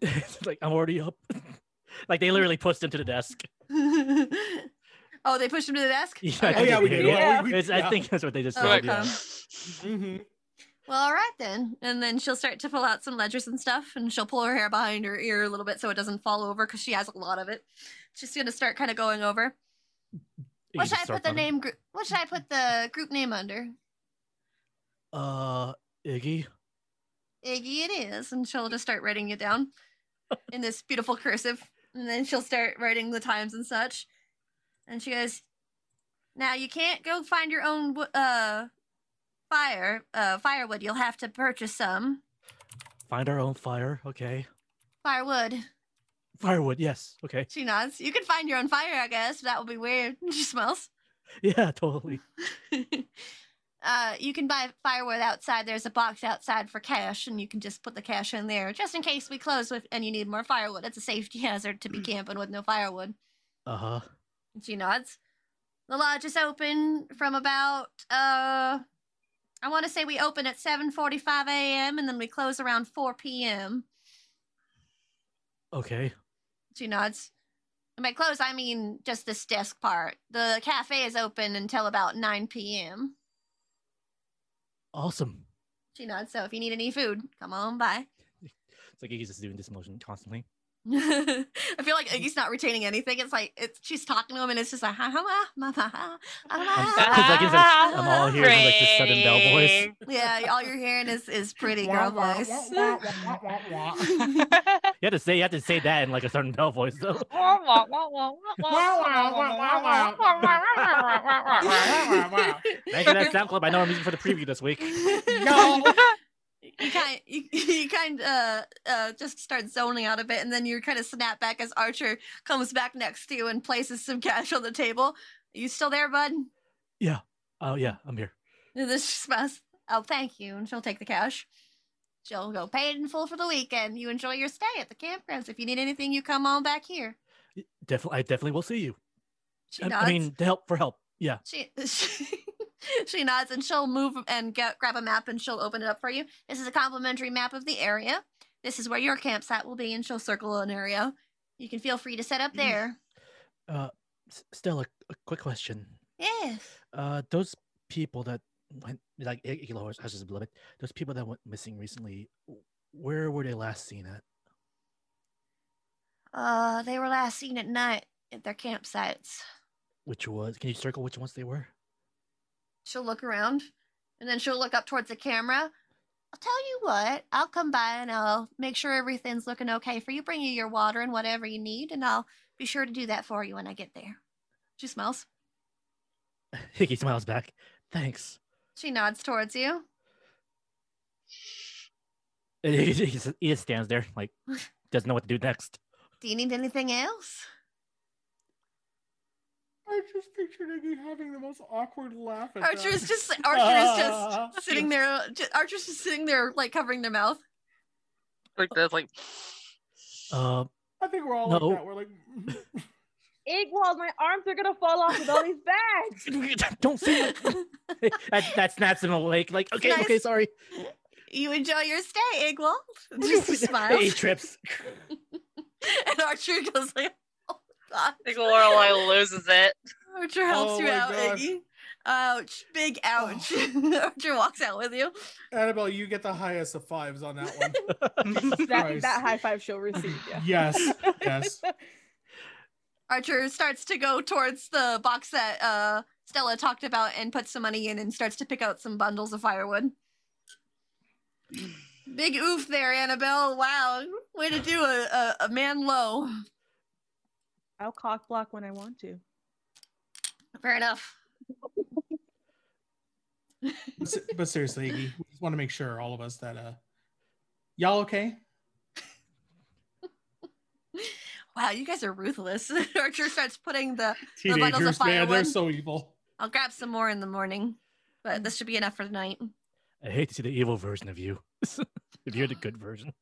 Speaker 1: It's like I'm already up. like
Speaker 3: Mm-hmm.
Speaker 1: they literally pushed him to the desk.
Speaker 3: oh, they pushed him to the desk.
Speaker 1: Yeah,
Speaker 3: Okay.
Speaker 5: Oh yeah, we
Speaker 1: Yeah,
Speaker 5: do.
Speaker 1: yeah.
Speaker 5: Oh, we- we-
Speaker 1: It's-
Speaker 5: yeah.
Speaker 1: I think that's what they just
Speaker 3: Oh,
Speaker 1: said.
Speaker 3: okay.
Speaker 1: yeah.
Speaker 5: Mhm.
Speaker 3: Well, all right then. And then she'll start to pull out some ledgers and stuff, and she'll pull her hair behind her ear a little bit so it doesn't fall over because she has a lot of it. She's gonna start kind of going over.
Speaker 1: Iggy
Speaker 3: What
Speaker 1: just
Speaker 3: should I
Speaker 1: starts
Speaker 3: put the
Speaker 1: on-
Speaker 3: name? Gr- what should I put the group name under?
Speaker 1: Uh, Iggy.
Speaker 3: Iggy it is, and she'll just start writing it down in this beautiful cursive. And then she'll start writing the times and such. And she goes, "Now you can't go find your own wo- uh fire uh firewood. You'll have to purchase some
Speaker 1: Find our own fire. Okay.
Speaker 3: firewood."
Speaker 1: Firewood. Yes. Okay.
Speaker 3: She nods. You can find your own fire, I guess. That would be weird. She smells.
Speaker 1: Yeah. Totally.
Speaker 3: uh, you can buy firewood outside. There's a box outside for cash, and you can just put the cash in there just in case we close with and you need more firewood. It's a safety hazard to be camping with no firewood.
Speaker 1: Uh huh.
Speaker 3: She nods. The lodge is open from about uh I want to say we open at 7:45 a.m. and then we close around 4 p.m.
Speaker 1: Okay.
Speaker 3: She nods. And by close, I mean just this desk part. The cafe is open until about 9 p.m.
Speaker 1: Awesome.
Speaker 3: She nods. So if you need any food, come on by.
Speaker 1: It's like Iggy's just doing this motion constantly.
Speaker 3: I feel like Iggy's not retaining anything. It's like it's she's talking to him, and it's just like ha ha ha ma, ma, ha ha
Speaker 1: I'm,
Speaker 3: ha,
Speaker 1: s-
Speaker 6: sorry.
Speaker 3: ha.
Speaker 1: 'cause, like, it's
Speaker 6: Ah.
Speaker 1: like, I'm all here in like this sudden bell voice.
Speaker 6: Great.
Speaker 3: Yeah, all you're hearing is is pretty girl voice.
Speaker 1: You have to say you have to say that in like a certain bell voice though.
Speaker 5: Wow, wow, wow.
Speaker 1: Thank you for that sound clip. I know I'm using for the preview this week.
Speaker 5: No.
Speaker 3: you kind you, you kind uh, uh just start zoning out a bit and then you kind of snap back as archer comes back next to you and places some cash on the table you still there bud
Speaker 1: Oh yeah, I'm here.
Speaker 3: and this just smiles, oh thank you and she'll take the cash she'll go paid in full for the weekend you enjoy your stay at the campgrounds if you need anything you come on back here
Speaker 1: Definitely, I definitely will see you.
Speaker 3: she
Speaker 1: I,
Speaker 3: nods
Speaker 1: I mean, to help for help. Yeah.
Speaker 3: she, she she nods and she'll move and get, grab a map and she'll open it up for you. This is a complimentary map of the area. This is where your campsite will be, and she'll circle an area. You can feel free to set up there.
Speaker 1: Uh, S- Stella, a quick question.
Speaker 3: Yes.
Speaker 1: Uh, those people that went like I- Igor Horse- Ashes of Beloved, those people that went missing recently, w- where were they last seen at?
Speaker 3: Uh, they were last seen at night at their campsites.
Speaker 1: Which was? Can you circle which ones they were?
Speaker 3: She'll look around, and then she'll look up towards the camera. I'll tell you what. I'll come by and I'll make sure everything's looking okay for you. Bring you your water and whatever you need, and I'll be sure to do that for you when I get there. She smiles.
Speaker 1: Hickey smiles back. Thanks.
Speaker 3: She nods towards you.
Speaker 1: And he, he just, he just stands there, like doesn't know what to do next.
Speaker 3: Do you need anything else?
Speaker 5: I just pictured Iggy having the most awkward laugh. At that.
Speaker 3: Archer's just Archer's
Speaker 5: Ah.
Speaker 3: just sitting there. ju- Archer's just sitting there, like covering their mouth.
Speaker 6: Like that's like
Speaker 1: Uh,
Speaker 5: I think we're all
Speaker 1: No.
Speaker 5: like that. We're like,
Speaker 4: Igwald, my arms are gonna fall off with all these bags.
Speaker 1: don't say that. that. That snaps him awake. Like, okay,
Speaker 3: Nice.
Speaker 1: okay, sorry.
Speaker 3: You enjoy your stay, Igwald. Just a smile.
Speaker 1: He trips.
Speaker 3: and Archer goes like, "Oh God."
Speaker 6: Lorelai loses it.
Speaker 3: Archer helps
Speaker 5: Oh
Speaker 3: you
Speaker 5: my
Speaker 3: out,
Speaker 5: gosh. Oh.
Speaker 3: Iggy. Ouch! Big ouch! Archer walks out with you.
Speaker 5: Annabelle, you get the highest of fives on that one.
Speaker 4: That,
Speaker 5: Christ.
Speaker 4: that high five she'll receive. Yeah.
Speaker 5: yes, yes.
Speaker 3: Archer starts to go towards the box that uh, Stella talked about and puts some money in and starts to pick out some bundles of firewood. Big oof there, Annabelle. Wow. Way to do a, a, a man low.
Speaker 4: I'll cock block when I want to.
Speaker 3: Fair enough.
Speaker 5: But se- But seriously, Iggy, we just want to make sure all of us that uh, y'all okay?
Speaker 3: Wow, you guys are ruthless. Archer starts putting the, The bundles of
Speaker 5: Teenagers, man, they're
Speaker 3: firewood.
Speaker 5: so evil.
Speaker 3: I'll grab some more in the morning, but this should be enough for the night.
Speaker 1: I hate to see the evil version of you. if you're the good version.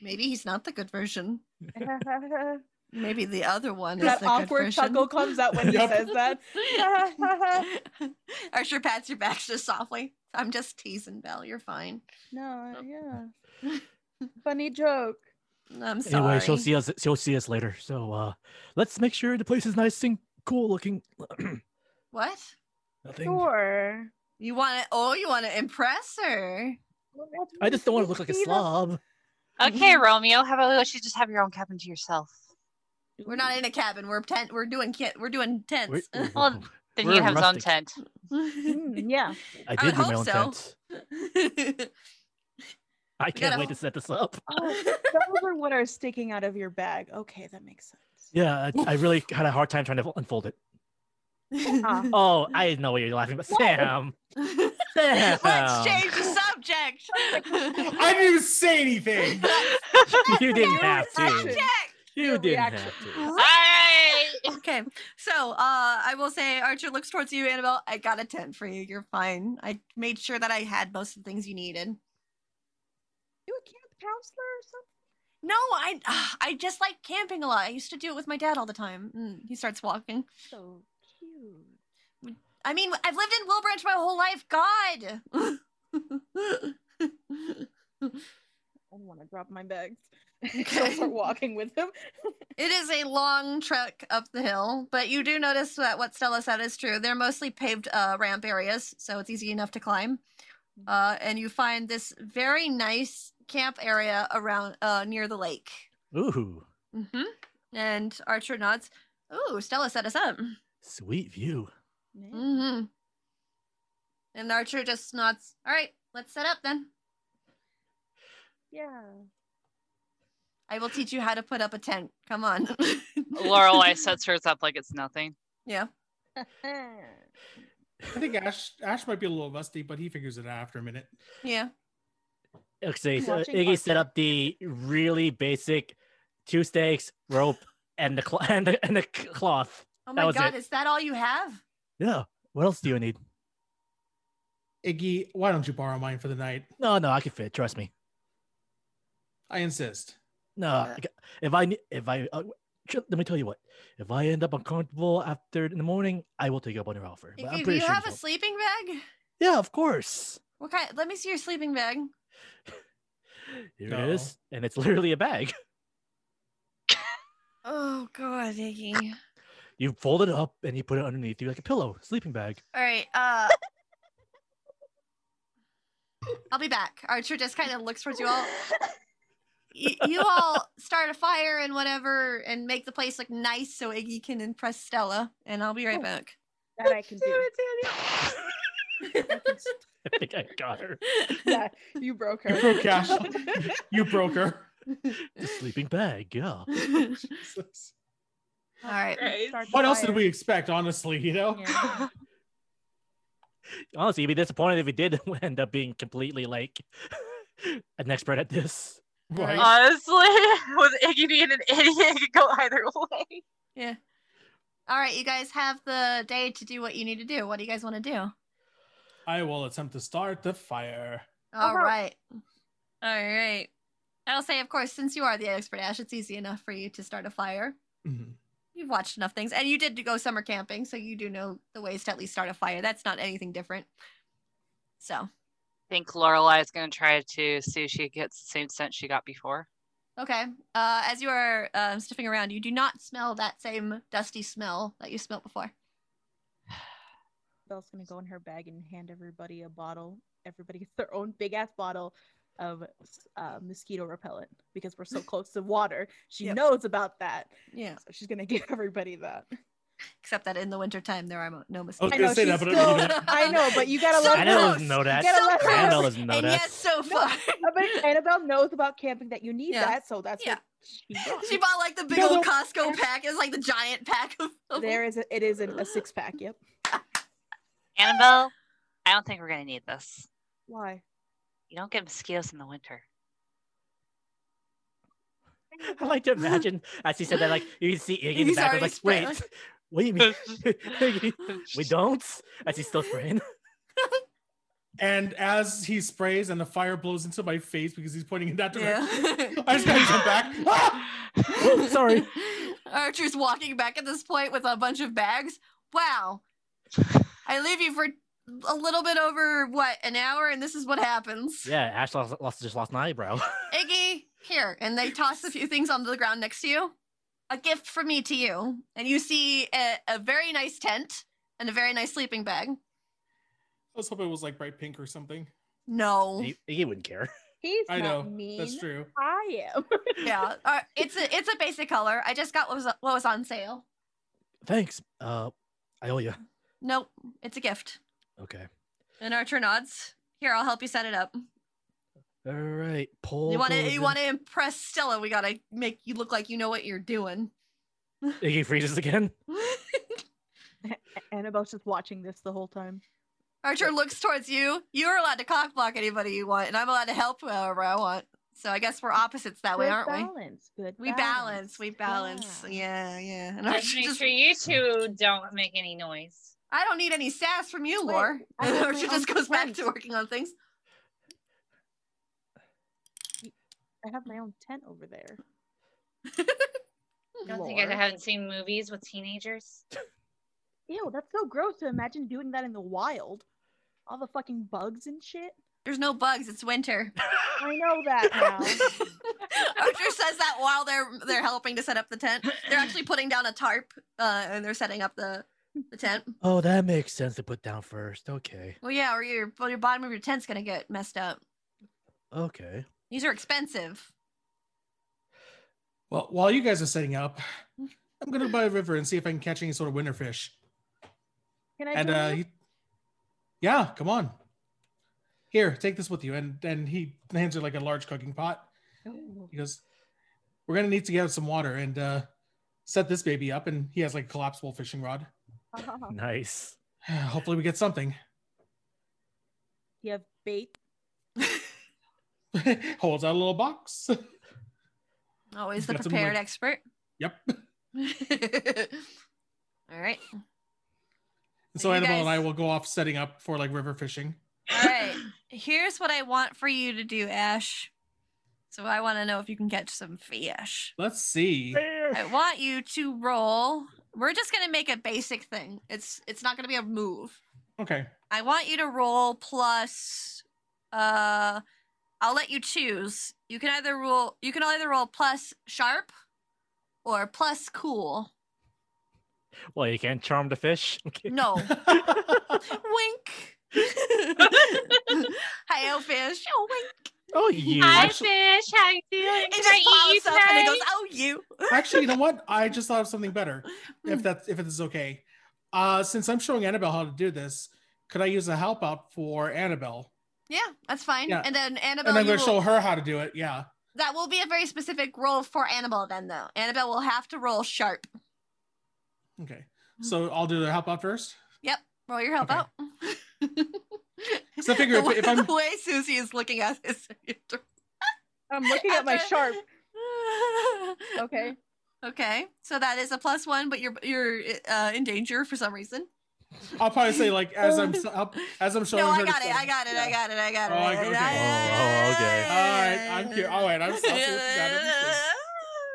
Speaker 3: Maybe he's not the good version. Maybe the other one is
Speaker 4: that
Speaker 3: the
Speaker 4: awkward
Speaker 3: good version.
Speaker 4: chuckle comes out when he
Speaker 5: Yep.
Speaker 4: says that.
Speaker 3: Archer pats your back just softly. I'm just teasing, Belle. You're fine.
Speaker 4: no, yeah. Funny joke.
Speaker 3: I'm sorry.
Speaker 1: Anyway, she'll see us. She'll see us later. So uh, let's make sure the place is nice and cool looking.
Speaker 3: What?
Speaker 1: Nothing.
Speaker 4: Sure.
Speaker 3: You want to? Oh, you want to impress her?
Speaker 4: Well, that's
Speaker 1: I just don't want to look
Speaker 4: really
Speaker 1: like a
Speaker 4: sweet of-
Speaker 1: slob.
Speaker 6: Okay, Romeo, how about you just have your own cabin to yourself?
Speaker 3: We're not in a cabin. We're tent. We're doing kit. We're doing
Speaker 1: We're-
Speaker 3: tents.
Speaker 1: we're-
Speaker 6: Well, Then he
Speaker 1: We're
Speaker 6: can have his own
Speaker 1: rustic.
Speaker 6: tent.
Speaker 4: Mm, yeah.
Speaker 1: I
Speaker 3: I would
Speaker 1: did bring my own
Speaker 3: hope so.
Speaker 1: tent. I can't
Speaker 3: gotta-
Speaker 1: wait to set this up.
Speaker 4: Oh, those are what are sticking out of your bag. Okay, that makes sense.
Speaker 1: Yeah, I, I really had a hard time trying to unfold it. Oh, I know what you're laughing about, Sam. Sam.
Speaker 3: Let's change the subject.
Speaker 5: I didn't even say anything.
Speaker 1: You didn't have to.
Speaker 4: Action.
Speaker 1: You
Speaker 4: Your
Speaker 1: didn't
Speaker 4: reaction.
Speaker 1: have to.
Speaker 6: Alright.
Speaker 3: okay, so uh, I will say Archer looks towards you, Annabelle. I got a tent for you. You're fine. I made sure that I had most of the things you needed.
Speaker 4: You a camp counselor or something?
Speaker 3: No, I I just like camping a lot. I used to do it with my dad all the time. Mm, he starts walking.
Speaker 4: So cute.
Speaker 3: I mean, I've lived in Will Branch my whole life. God.
Speaker 4: I don't want to drop my bags. I'll start walking with him.
Speaker 3: it is a long trek up the hill, but you do notice that what Stella said is true. They're mostly paved uh, ramp areas, so it's easy enough to climb. Uh, and you find this very nice camp area around uh, near the lake.
Speaker 1: Ooh,
Speaker 3: Mm-hmm. And Archer nods. Ooh, Stella set us up.
Speaker 1: Mm-hmm. sweet view.
Speaker 4: Yeah.
Speaker 3: Mm-hmm. And Archer just nods. All right, let's set up then.
Speaker 4: yeah.
Speaker 3: I will teach you how to put up a tent. Come on. Mm.
Speaker 6: Lorelai sets hers up like it's nothing.
Speaker 3: yeah.
Speaker 5: I think Ash Ash might be a little rusty, but he figures it out after a minute.
Speaker 3: Yeah.
Speaker 1: Okay, so
Speaker 4: Watching
Speaker 1: Iggy set
Speaker 4: Archer.
Speaker 1: up the really basic two stakes, rope, and the cl- and the, and the c- cloth.
Speaker 3: Oh
Speaker 1: That
Speaker 3: my
Speaker 1: was
Speaker 3: god,
Speaker 1: it.
Speaker 3: is that all you have?
Speaker 1: Yeah. What else do you need?
Speaker 5: Iggy, why don't you borrow mine for the night?
Speaker 1: No, no, I can fit. Trust me.
Speaker 5: I insist.
Speaker 1: No, I ca- if I ne- if I uh, tr- let me tell you what, if I end up uncomfortable after in the morning, I will take you up on your offer. But
Speaker 3: Iggy,
Speaker 1: I'm
Speaker 3: do
Speaker 1: pretty
Speaker 3: you
Speaker 1: sure.
Speaker 3: have
Speaker 1: you
Speaker 3: a
Speaker 1: won't.
Speaker 3: sleeping bag?
Speaker 1: yeah, of course.
Speaker 3: What kind? Let me see your sleeping bag.
Speaker 1: Here
Speaker 5: No.
Speaker 1: it is, and it's literally a bag.
Speaker 3: Oh god, Iggy.
Speaker 1: You fold it up and you put it underneath you like a pillow, sleeping bag.
Speaker 3: All right. Uh, I'll be back. Archer just kind of looks towards you all. Y- you all start a fire and whatever, and make the place look nice so Iggy can impress Stella. And I'll be right
Speaker 4: Oh.
Speaker 3: back.
Speaker 4: That I can do. I can s-
Speaker 1: I think I got her.
Speaker 4: yeah, you broke her.
Speaker 5: You broke Ash. you broke her.
Speaker 1: The sleeping bag. Yeah.
Speaker 5: Jesus.
Speaker 3: all right.
Speaker 4: Start the
Speaker 5: What else did
Speaker 4: fire.
Speaker 5: we expect, honestly? You know,
Speaker 6: Yeah.
Speaker 1: Honestly, you'd be disappointed if it did end up being completely like an expert at this.
Speaker 5: right?
Speaker 6: Honestly, with Iggy being an idiot, it could go either way.
Speaker 3: All right. You guys have the day to do what you need to do. What do you guys want to do?
Speaker 5: I will attempt to start the fire.
Speaker 3: All
Speaker 6: right.
Speaker 3: right. All right. I'll say, of course, since you are the expert, Ash, it's easy enough for you to start a fire.
Speaker 5: Mhm.
Speaker 3: You've watched enough things, and you did go summer camping, so you do know the ways to at least start a fire. That's not anything different. So,
Speaker 6: I think Lorelai is going to try to see if she gets the same scent she got before.
Speaker 3: okay. Uh, as you are um, sniffing around, you do not smell that same dusty smell that you smelled before.
Speaker 4: Belle's gonna go in her bag and hand everybody a bottle. Everybody gets their own big ass bottle of uh, mosquito repellent because we're so close to water. She
Speaker 3: Yep.
Speaker 4: knows about that,
Speaker 3: Yeah.
Speaker 4: so she's gonna give everybody that.
Speaker 3: Except that in the wintertime, there are mo- no
Speaker 5: was
Speaker 3: mosquitoes.
Speaker 4: I
Speaker 5: gonna
Speaker 4: know,
Speaker 5: say
Speaker 4: she's
Speaker 5: that, but I
Speaker 4: still,
Speaker 5: don't
Speaker 3: know.
Speaker 4: I know, but you gotta
Speaker 3: So
Speaker 4: let
Speaker 1: Annabelle
Speaker 4: her.
Speaker 3: gross.
Speaker 1: doesn't know that.
Speaker 4: You gotta
Speaker 3: So
Speaker 4: let her.
Speaker 1: Annabelle doesn't know
Speaker 3: and
Speaker 1: that.
Speaker 3: yes, so far.
Speaker 4: But Annabelle knows about camping that you need
Speaker 3: Yeah.
Speaker 4: that, so that's
Speaker 3: Yeah.
Speaker 4: what
Speaker 3: she
Speaker 4: she
Speaker 3: bought like the big
Speaker 5: No,
Speaker 3: old
Speaker 5: no.
Speaker 3: Costco pack. It's like the giant pack of.
Speaker 4: bought.
Speaker 3: of
Speaker 4: There is a, it is an, a six pack. Yep.
Speaker 6: Annabelle, I don't think we're going to need this.
Speaker 4: Why?
Speaker 6: You don't get mosquitoes in the winter.
Speaker 1: I like to imagine as he said that, like you can see Iggy in the
Speaker 3: He's
Speaker 1: back,
Speaker 3: already
Speaker 1: like,
Speaker 3: spread,
Speaker 1: wait, what do you mean? Iggy, we don't? As he's still spraying.
Speaker 5: And as he sprays and the fire blows into my face because he's pointing in that direction,
Speaker 3: Yeah.
Speaker 5: I just gotta jump back. Ah!
Speaker 1: Oh, sorry.
Speaker 3: Archer's walking back at this point with a bunch of bags. Wow. I leave you for a little bit over what an hour, and this is what happens.
Speaker 1: Yeah, Ash lost, lost just lost an eyebrow.
Speaker 3: Iggy, here, and they toss a few things onto the ground next to you. A gift from me to you, and you see a, a very nice tent and a very nice sleeping bag.
Speaker 5: I was hoping it was like bright pink or something.
Speaker 3: No,
Speaker 1: Iggy, Iggy wouldn't care.
Speaker 4: He's
Speaker 5: I know
Speaker 4: not mean.
Speaker 5: that's true.
Speaker 4: I am.
Speaker 3: yeah, uh, it's a it's a basic color. I just got what was what was on sale.
Speaker 1: Thanks. Uh, I owe you.
Speaker 3: Nope, it's a gift.
Speaker 1: Okay.
Speaker 3: And Archer nods. Here, I'll help you set it up.
Speaker 1: All right. Pull.
Speaker 3: You want to
Speaker 1: goes
Speaker 3: you
Speaker 1: in.
Speaker 3: want to impress Stella? We gotta make you look like you know what you're doing.
Speaker 1: Iggy freezes again.
Speaker 4: Annabelle's just watching this the whole time.
Speaker 3: Archer looks towards you. You're allowed to cockblock anybody you want, and I'm allowed to help however I want. So I guess we're opposites that way,
Speaker 4: Good
Speaker 3: aren't we?
Speaker 4: balance, Good
Speaker 3: We balance. We balance. Yeah, yeah. And Archer just,
Speaker 6: you two don't make any noise.
Speaker 3: I don't need any sass from you,
Speaker 4: Wait,
Speaker 3: Lore.
Speaker 4: I
Speaker 3: And
Speaker 4: have my
Speaker 3: Archer just
Speaker 4: own
Speaker 3: goes back to
Speaker 4: tent.
Speaker 3: working on things.
Speaker 4: I have my own tent over there. Lord.
Speaker 6: haven't seen movies with teenagers.
Speaker 4: Ew, that's so gross to imagine doing that in the wild. All the fucking bugs and shit.
Speaker 3: There's no bugs. It's winter.
Speaker 4: I know that now.
Speaker 3: Archer says that while they're they're helping to set up the tent. They're actually putting down a tarp uh, and they're setting up the the tent.
Speaker 1: Oh, that makes sense to put down first. Okay.
Speaker 3: Well, yeah, or your well, your bottom of your tent's gonna get messed up.
Speaker 1: Okay.
Speaker 3: These are expensive.
Speaker 5: Well, while you guys are setting up, I'm gonna go by a river and see if I can catch any sort of winter fish.
Speaker 4: Can I
Speaker 5: And
Speaker 4: join
Speaker 5: uh,
Speaker 4: you?
Speaker 5: he, yeah, come on. Here, take this with you. And then he hands her like a large cooking pot. He goes, "We're gonna need to get some water and uh, set this baby up." And he has like a collapsible fishing rod.
Speaker 4: Uh-huh.
Speaker 1: Nice.
Speaker 5: Hopefully, we get something.
Speaker 4: You have bait.
Speaker 5: Holds out a little box.
Speaker 3: Always the
Speaker 5: Got some,
Speaker 3: prepared
Speaker 5: like-
Speaker 3: expert.
Speaker 5: Yep.
Speaker 3: All right.
Speaker 5: so
Speaker 3: You
Speaker 5: Annabelle and I
Speaker 3: guys-
Speaker 5: will go off setting up for like river fishing.
Speaker 3: All right. Here's what I want for you to do, Ash. So I want to know if you can catch some fish.
Speaker 5: Let's see.
Speaker 3: I want you to roll. We're just gonna make a basic thing. It's it's not gonna be a move.
Speaker 5: Okay.
Speaker 3: I want you to roll plus. Uh, I'll let you choose. You can either roll. You can either roll plus sharp, or plus cool.
Speaker 7: Well, you can't charm the fish.
Speaker 3: No. wink. Hi, fish. Oh, wink.
Speaker 1: Oh, you.
Speaker 6: Hi,
Speaker 5: actually-
Speaker 6: fish. How you doing?
Speaker 3: It
Speaker 6: Can
Speaker 3: just
Speaker 6: I eat you
Speaker 3: pops up and it goes,
Speaker 6: tonight?
Speaker 3: "Oh, you."
Speaker 5: Actually, you know what? I just thought of something better. If that's if it is okay. Uh, since I'm showing Annabelle how to do this, could I use a help out for Annabelle?
Speaker 3: Yeah, that's fine.
Speaker 5: Yeah.
Speaker 3: And then Annabelle,
Speaker 5: And I'm
Speaker 3: you
Speaker 5: going to
Speaker 3: will-
Speaker 5: show her how to do it. Yeah.
Speaker 3: that will be a very specific roll for Annabelle. Then, though, Annabelle will have to roll sharp.
Speaker 5: Okay. So I'll do the help out first.
Speaker 3: Roll your help
Speaker 5: Okay.
Speaker 3: out.
Speaker 5: 'Cause I figure
Speaker 3: the,
Speaker 5: if- if
Speaker 3: way-
Speaker 5: I'm-
Speaker 3: the way Susie is looking at this,
Speaker 4: I'm looking at my
Speaker 3: After-
Speaker 4: sharp. Okay.
Speaker 3: Okay, so that is a plus one, but you're you're uh, in danger for some reason.
Speaker 5: I'll probably say like as I'm help- as I'm showing
Speaker 3: No,
Speaker 5: her.
Speaker 3: I
Speaker 5: to
Speaker 3: got it.
Speaker 5: set
Speaker 3: I got it. I
Speaker 5: Yeah.
Speaker 3: got it. I got it.
Speaker 5: Oh, I- okay.
Speaker 7: Oh, oh, okay.
Speaker 5: All right, I'm cute. All right, I'm- I'll see what you got. Interesting.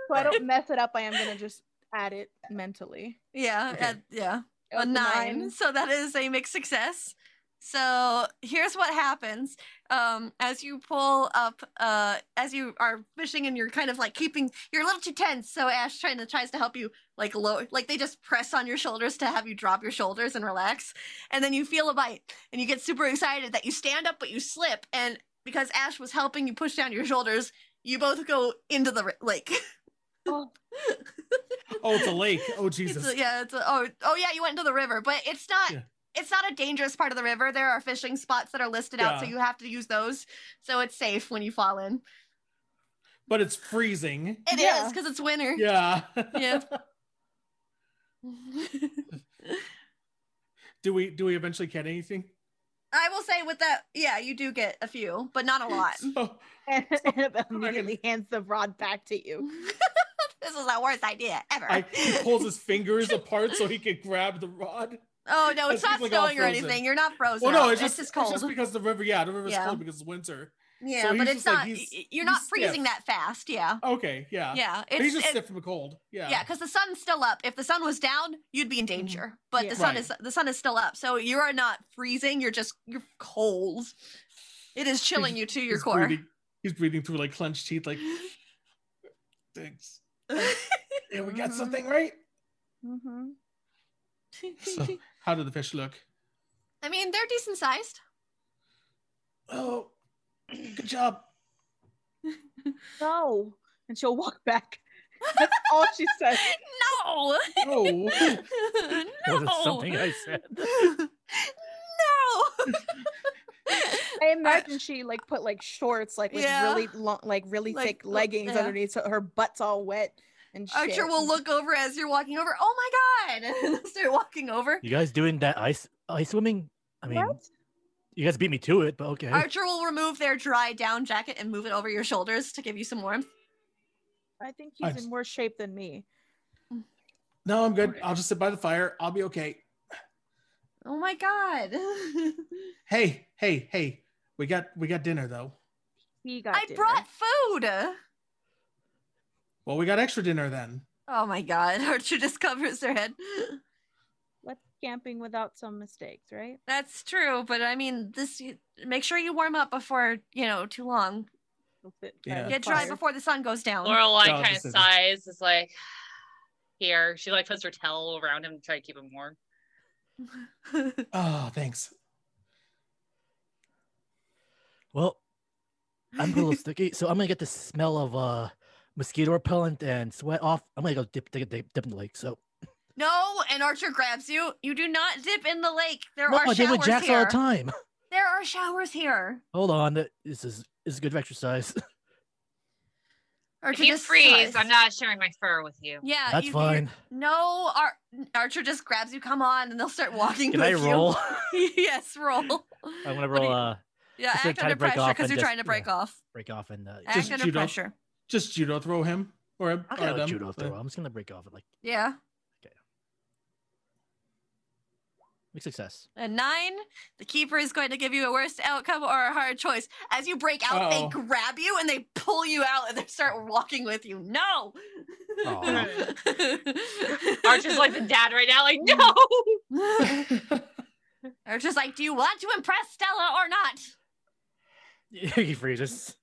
Speaker 4: So I don't mess it up. I am gonna just add it mentally.
Speaker 3: Yeah,
Speaker 5: Okay.
Speaker 3: uh, yeah.
Speaker 4: Oh,
Speaker 3: a
Speaker 4: it's
Speaker 3: nine. So that is a mixed success. So here's what happens. Um, as you pull up, uh, as you are fishing and you're kind of like keeping, you're a little too tense. So Ash trying to tries to help you like low, like they just press on your shoulders to have you drop your shoulders and relax. And then you feel a bite and you get super excited that you stand up, but you slip. And because Ash was helping you push down your shoulders, you both go into the ri- lake.
Speaker 5: Oh, it's a lake. Oh
Speaker 3: It's
Speaker 5: Jesus.
Speaker 3: a- yeah, it's a, oh oh yeah, you went into the river, but it's not
Speaker 5: Yeah.
Speaker 3: it's not a dangerous part of the river. There are fishing spots that are listed out, so
Speaker 5: Yeah.
Speaker 3: you have to use those. So it's safe when you fall in.
Speaker 5: But it's freezing.
Speaker 3: It is
Speaker 4: Yeah.
Speaker 3: because it's winter.
Speaker 5: Yeah.
Speaker 3: Yeah.
Speaker 5: do we do we eventually get anything?
Speaker 3: I will say with that, yeah, you do get a few, but not a lot.
Speaker 5: So,
Speaker 4: And Annabelle
Speaker 5: can-
Speaker 4: immediately hands the rod back to you.
Speaker 3: this is the worst idea ever.
Speaker 5: I, he pulls his fingers apart so he can grab the rod.
Speaker 3: oh no, it's
Speaker 5: I
Speaker 3: not
Speaker 5: think we got
Speaker 3: snowing or
Speaker 5: frozen.
Speaker 3: anything. You're not frozen.
Speaker 5: Well, no,
Speaker 3: out.
Speaker 5: it's just,
Speaker 3: cold.
Speaker 5: It's just because the river. Yeah, the river's
Speaker 3: Yeah.
Speaker 5: cold because it's winter.
Speaker 3: yeah,
Speaker 5: he's
Speaker 3: but it's
Speaker 5: just like,
Speaker 3: not.
Speaker 5: he's-
Speaker 3: y- you're not
Speaker 5: he's
Speaker 3: freezing that
Speaker 5: stiff.
Speaker 3: fast. Yeah,
Speaker 5: Okay. Yeah.
Speaker 3: yeah.
Speaker 5: But
Speaker 3: It's,
Speaker 5: he's just
Speaker 3: it-
Speaker 5: stiff from the cold. Yeah. Mm-hmm.
Speaker 3: Yeah, because the sun's still up. If the sun was down, you'd be in danger. But
Speaker 4: Yeah.
Speaker 3: the sun
Speaker 5: Right.
Speaker 3: is the sun is still up, so you are not freezing. You're just you're cold. It is chilling you to your
Speaker 5: He's
Speaker 3: core.
Speaker 5: breathing- he's breathing through like clenched teeth. Like, thanks. Yeah, we got
Speaker 3: Mhm.
Speaker 5: something right.
Speaker 4: Mm-hmm.
Speaker 5: So, how do the fish look?
Speaker 3: I mean, they're decent sized.
Speaker 5: Oh, good job.
Speaker 4: No. And she'll walk back. That's all she says.
Speaker 3: No.
Speaker 5: Oh,
Speaker 7: Was
Speaker 3: no.
Speaker 7: it something I said?
Speaker 3: no.
Speaker 4: I imagine she like put like shorts, like with
Speaker 3: Yeah.
Speaker 4: really long, like really
Speaker 3: Like,
Speaker 4: thick
Speaker 3: uh,
Speaker 4: leggings
Speaker 3: yeah.
Speaker 4: underneath, so her butt's all wet and shit.
Speaker 3: Archer will look over as you're walking over. Oh my god! Start walking over.
Speaker 7: You guys doing that ice ice swimming? I mean,
Speaker 4: What?
Speaker 7: you guys beat me to it, but okay.
Speaker 3: Archer will remove their dry down jacket and move it over your shoulders to give you some warmth.
Speaker 4: I think
Speaker 5: I
Speaker 4: he's
Speaker 5: just-
Speaker 4: in worse shape than me.
Speaker 5: no, I'm good. I'll just sit by the fire. I'll be okay.
Speaker 3: Oh my god.
Speaker 5: Hey, hey, hey. We got we got dinner though.
Speaker 4: He got.
Speaker 3: I
Speaker 4: dinner.
Speaker 3: brought food.
Speaker 5: Well, we got extra dinner then.
Speaker 3: Oh my god, Archer just covers her head.
Speaker 4: Let's camping without some mistakes, right?
Speaker 3: That's true, but I mean, this make sure you warm up before, you know, too long.
Speaker 4: We'll sit by
Speaker 5: Yeah.
Speaker 4: the
Speaker 3: Get dry
Speaker 4: fire.
Speaker 3: before the sun goes down.
Speaker 6: Laurel
Speaker 5: No,
Speaker 6: like kind
Speaker 5: this
Speaker 6: of
Speaker 5: isn't.
Speaker 6: sighs is like here. She like puts her towel around him to try to keep him warm.
Speaker 5: Oh, thanks.
Speaker 7: Well, I'm a little sticky, so I'm gonna get the smell of uh mosquito repellent and sweat off. I'm gonna go dip dip dip, dip in the lake. So
Speaker 3: no, and Archer grabs you. You do not dip in the lake. There
Speaker 7: no,
Speaker 3: are
Speaker 7: I
Speaker 3: showers
Speaker 7: did with jacks
Speaker 3: here.
Speaker 7: all the time.
Speaker 3: There are showers here. Uh,
Speaker 7: Hold on, th- this is this is good for exercise.
Speaker 3: Archer
Speaker 6: If you
Speaker 3: just
Speaker 6: freeze,
Speaker 3: sighs.
Speaker 6: I'm not sharing my fur with you.
Speaker 3: Yeah,
Speaker 7: That's
Speaker 3: you- you-
Speaker 7: fine.
Speaker 3: No, Ar- Archer just grabs you. Come on, and they'll start walking.
Speaker 1: Can
Speaker 3: with
Speaker 1: I
Speaker 3: you.
Speaker 1: roll?
Speaker 3: yes, roll.
Speaker 1: I'm gonna
Speaker 3: What do
Speaker 1: roll.
Speaker 3: you-
Speaker 1: Uh,
Speaker 3: Yeah,
Speaker 1: Just, like,
Speaker 3: act
Speaker 1: try to
Speaker 3: under
Speaker 1: break
Speaker 3: pressure
Speaker 1: off
Speaker 3: because
Speaker 1: and
Speaker 3: you're
Speaker 1: just-
Speaker 3: trying to break
Speaker 1: yeah.
Speaker 3: off.
Speaker 1: break off and uh,
Speaker 5: Just
Speaker 3: act under
Speaker 5: judo.
Speaker 3: pressure.
Speaker 5: Just judo throw him or him.
Speaker 7: I'm
Speaker 5: or
Speaker 7: gonna
Speaker 5: them.
Speaker 7: judo throw. I'm just gonna break off it like
Speaker 3: Yeah,
Speaker 7: make success.
Speaker 3: a nine. The keeper is going to give you a worst outcome or a hard choice. As you break out,
Speaker 5: Uh-oh.
Speaker 3: they grab you and they pull you out and they start walking with you. No.
Speaker 1: Aw.
Speaker 6: Archer's like the dad right now, like, no.
Speaker 3: Archer's like, do you want to impress Stella or not?
Speaker 7: he freezes.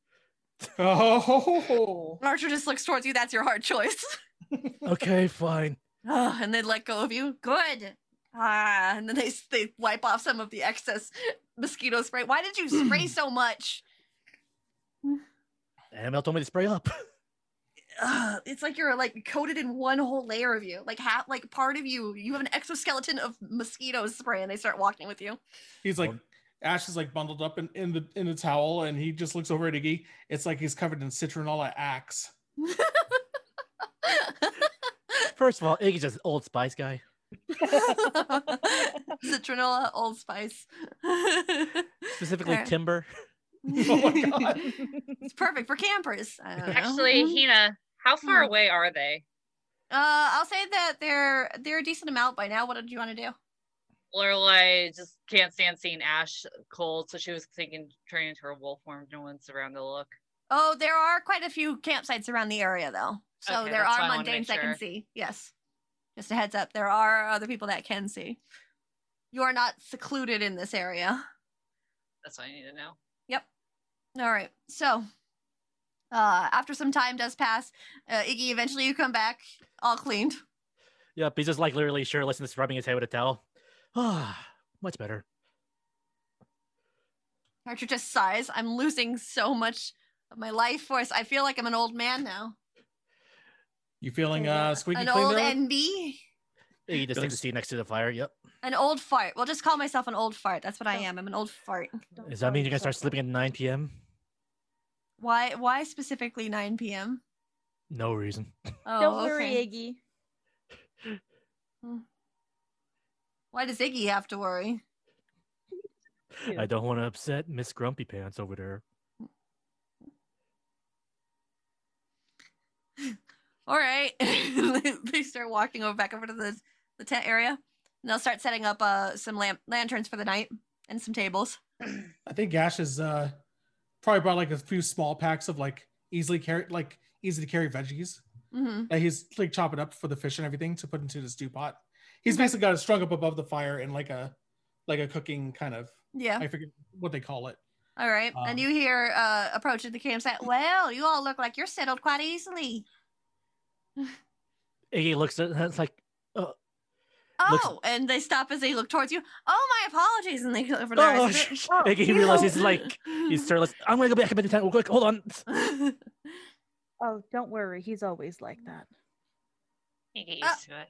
Speaker 5: Oh.
Speaker 3: Archer just looks towards you. That's your hard choice.
Speaker 7: Okay, fine.
Speaker 3: Oh, and they let go of you. Good. Ah, and then they s- they wipe off some of the excess mosquito spray. Why did you spray so much?
Speaker 7: Annabelle told me to spray up.
Speaker 3: Ugh, it's like you're like coated in one whole layer of you, like half, like part of you. You have an exoskeleton of mosquito spray, and they start walking with you.
Speaker 5: He's like Ash is like bundled up in, in the in the towel and he just looks over at Iggy. It's like he's covered in citronola axe.
Speaker 7: First of all, Iggy's just an old spice guy.
Speaker 3: Citronola, Old Spice.
Speaker 7: Specifically
Speaker 3: Alright.
Speaker 7: timber.
Speaker 5: Oh my god.
Speaker 3: it's perfect for campers. I
Speaker 2: Um,
Speaker 3: don't know.
Speaker 6: Actually, Hina, how far
Speaker 3: mm-hmm. Hmm.
Speaker 6: away are they?
Speaker 3: Uh, I'll say that they're they're a decent amount by now. What did you want to do?
Speaker 6: Lorelai just can't stand seeing Ash cold, so she was thinking turning into her wolf form. No one's around to look.
Speaker 3: Oh, there are quite a few campsites around the area, though. So
Speaker 6: Okay,
Speaker 3: there
Speaker 6: that's
Speaker 3: are
Speaker 6: why I wanna make
Speaker 3: mundanes that can
Speaker 6: sure.
Speaker 3: see. Yes. Just a heads up, there are other people that can see. You are not secluded in this area.
Speaker 6: That's what I need to know.
Speaker 3: All right. So, uh, after some time does pass, uh, Iggy, eventually you come back all cleaned.
Speaker 7: Yep, he's just like literally shirtless and just rubbing his head with a towel. Ah, much better.
Speaker 3: Archer just sighs. I'm losing so much of my life force. I feel like I'm an old man now.
Speaker 5: You feeling uh squeaky
Speaker 3: An
Speaker 5: clean
Speaker 3: old
Speaker 5: there?
Speaker 3: NB.
Speaker 7: Iggy just takes a
Speaker 5: Goes-
Speaker 7: seat next to the fire. Yep.
Speaker 3: An old fart. Well, just call myself an old fart. That's what I am. I'm an old fart.
Speaker 7: Does that mean you're gonna start sleeping at 9 p.m.?
Speaker 3: Why? Why specifically 9 p.m.?
Speaker 7: No reason.
Speaker 3: Oh,
Speaker 4: Don't worry,
Speaker 3: okay.
Speaker 4: Iggy.
Speaker 3: Why does Iggy have to worry?
Speaker 4: Yeah.
Speaker 7: I don't want to upset Miss Grumpy Pants over there.
Speaker 3: All right. They- they start walking over back over to the, the tent area, and they'll start setting up uh, some lamp lanterns for the night and some tables.
Speaker 5: I think Ash is uh probably brought like a few small packs of like easily carry like easy to carry veggies
Speaker 3: hmm
Speaker 5: that he's like chopping up for the fish and everything to put into the stew pot. He's
Speaker 3: Mm-hmm.
Speaker 5: basically got it strung up above the fire in like a like a cooking kind of
Speaker 3: Yeah.
Speaker 5: I forget what they call it.
Speaker 3: All right.
Speaker 5: Um,
Speaker 3: and you hear uh, approaching the campsite. Well, you all look like you're settled quite easily.
Speaker 7: Iggy looks at it's like,
Speaker 3: Oh,
Speaker 7: Looks-
Speaker 3: and they stop as they look towards you. Oh, my apologies. And they go over there.
Speaker 7: oh, sh- Iggy he realizes like Oh, he's shirtless. I'm gonna go back up in the tent real quick. Hold on.
Speaker 4: Oh, don't worry. He's always like that.
Speaker 6: You get used
Speaker 3: Ah.
Speaker 6: to it.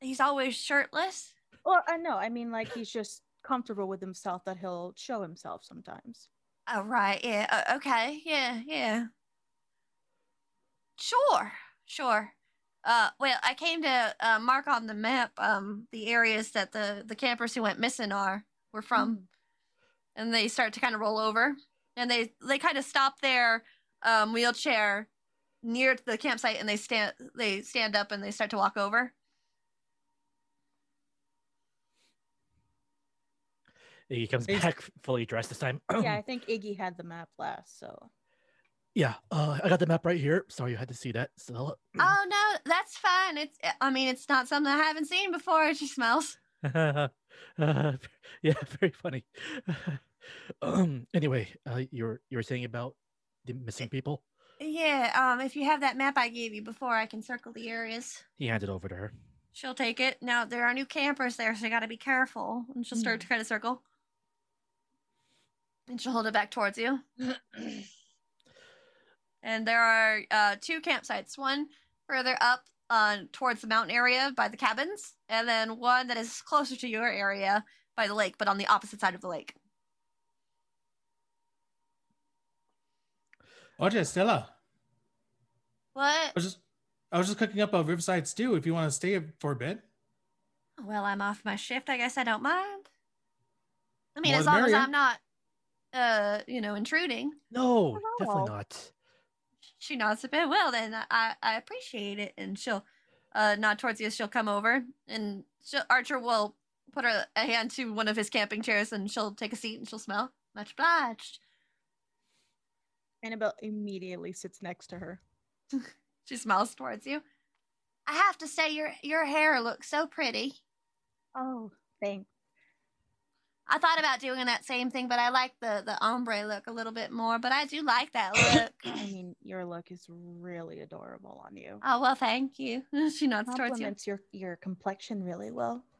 Speaker 3: He's always shirtless.
Speaker 4: Well, I know. I mean, like he's just comfortable with himself that he'll show himself sometimes.
Speaker 3: Oh, right. Yeah. Uh, okay. Yeah. Yeah. Sure. Sure. Uh, well, I came to uh, mark on the map um, the areas that the, the campers who went missing are were from, and they start to kind of roll over, and they they kind of stop their um, wheelchair near to the campsite, and they stand they stand up and they start to walk over.
Speaker 7: Iggy comes
Speaker 5: He's-
Speaker 7: back fully dressed this time.
Speaker 4: Yeah, I think Iggy had the map last, so
Speaker 7: yeah. Uh, I got the map right here. Sorry you had to see that. So,
Speaker 3: Oh no, that's fine. It's I mean it's not something I haven't seen before. She smells.
Speaker 7: Uh, yeah, very funny. um. Anyway, uh, you were you were saying about the missing people.
Speaker 3: Yeah, um, if you have that map I gave you before, I can circle the areas.
Speaker 7: He handed over to her.
Speaker 3: She'll take it. Now there are new campers there, so you gotta be careful. And she'll
Speaker 4: Mm.
Speaker 3: start to kind of circle. And she'll hold it back towards you. and there are uh, two campsites. One further up uh, towards the mountain area by the cabins, and then one that is closer to your area by the lake, but on the opposite side of the lake.
Speaker 5: Oye, Stella,
Speaker 2: What?
Speaker 5: was just I was just cooking up a Riverside stew. If you want to stay for a bit,
Speaker 2: Well, I'm off my shift. I guess I don't mind. I mean,
Speaker 5: More
Speaker 2: as
Speaker 5: the
Speaker 2: long as
Speaker 5: merrier.
Speaker 2: I'm not, uh, you know, intruding.
Speaker 1: No,
Speaker 4: Oh.
Speaker 1: definitely not.
Speaker 2: She nods a bit. Well, then I I appreciate it, and she'll uh nod towards you. She'll come over, and she'll, Archer will put her a hand to one of his camping chairs, and she'll take a seat, and she'll smile. Much obliged.
Speaker 4: Hmm. Annabelle immediately sits next to her.
Speaker 2: She smiles towards you. I have to say, your your hair looks so pretty.
Speaker 4: Oh, thanks.
Speaker 2: I thought about doing that same thing, but I like the the ombre look a little bit more. But I do like that look.
Speaker 4: I mean, your look is really adorable on you.
Speaker 2: Oh well, thank you. she nods towards you.
Speaker 4: Compliments your your complexion really well.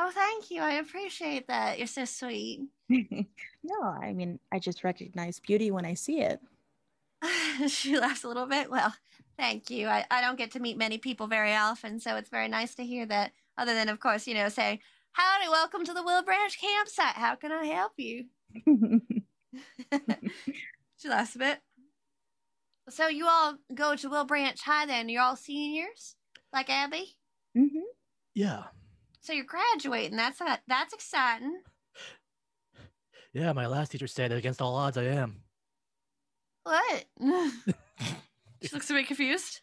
Speaker 2: Oh, thank you. I appreciate that. You're so sweet.
Speaker 4: no, I mean, I just recognize beauty when I see it.
Speaker 2: she laughs a little bit. Well, thank you. I, I don't get to meet many people very often, so it's very nice to hear that. Other than, of course, you know, saying, Howdy, welcome to the Willow Branch campsite. How can I help you?
Speaker 4: Mm-hmm.
Speaker 2: she laughs a bit. So, you all go to Willow Branch High then? You're all seniors, like Abby?
Speaker 4: Mhm.
Speaker 1: Yeah,
Speaker 2: So, you're graduating. That's, that's exciting.
Speaker 1: yeah. My last teacher said against all odds, I am.
Speaker 2: What? she looks a bit confused.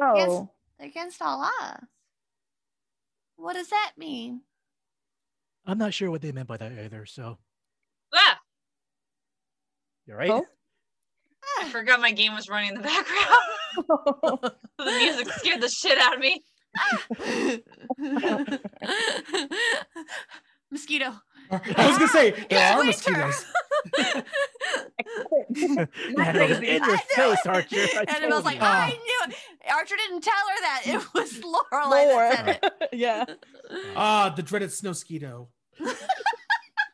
Speaker 4: Oh,
Speaker 2: Against all odds. What does that mean?
Speaker 1: I'm not sure what they meant by that either. So
Speaker 6: Ah,
Speaker 1: you're right.
Speaker 4: Oh.
Speaker 6: I forgot my game was running in the background.
Speaker 4: Oh.
Speaker 6: the music scared the shit out of me.
Speaker 2: Mosquito.
Speaker 5: Or- I was gonna say there
Speaker 2: Ah,
Speaker 5: are
Speaker 2: it's winter.
Speaker 5: mosquitoes.
Speaker 1: Annabelle's in your
Speaker 2: I knew
Speaker 1: face,
Speaker 2: it.
Speaker 1: Archer. I
Speaker 2: and was
Speaker 1: told
Speaker 2: like, "Oh,
Speaker 1: you.
Speaker 2: I knew it. Archer didn't tell her that. It was Lorelai that said it.
Speaker 4: yeah.
Speaker 5: Ah, the dreaded snowsquito.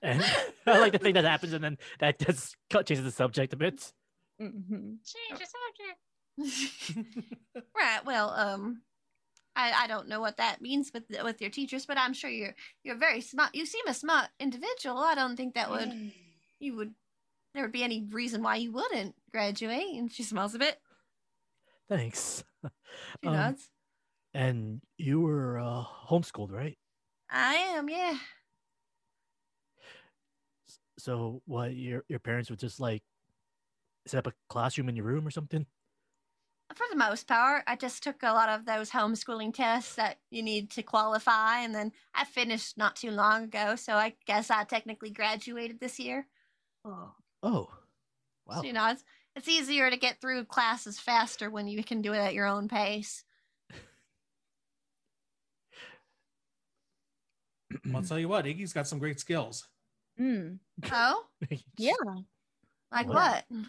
Speaker 1: And I like to think that happens, and then that just cut changes the subject a bit.
Speaker 4: hmm
Speaker 6: Change the subject.
Speaker 2: right. Well, um, I, I don't know what that means with with your teachers, but I'm sure you're you're very smart. You seem a smart individual. I don't think that would you would there would be any reason why you wouldn't graduate. And she smiles a bit.
Speaker 1: Thanks.
Speaker 2: She
Speaker 1: Um,
Speaker 2: nods.
Speaker 1: And you were uh, homeschooled, right?
Speaker 2: I am. Yeah.
Speaker 1: So what? Your your parents would just like set up a classroom in your room or something?
Speaker 2: For the most part, I just took a lot of those homeschooling tests that you need to qualify, and then I finished not too long ago, so I guess I technically graduated this year.
Speaker 4: Oh,
Speaker 1: Oh, wow.
Speaker 2: She nods. It's easier to get through classes faster when you can do it at your own pace.
Speaker 5: Well, I'll tell you what, Iggy's got some great skills.
Speaker 4: mm.
Speaker 2: Oh,
Speaker 4: yeah.
Speaker 2: like
Speaker 1: What?
Speaker 2: what? Oh,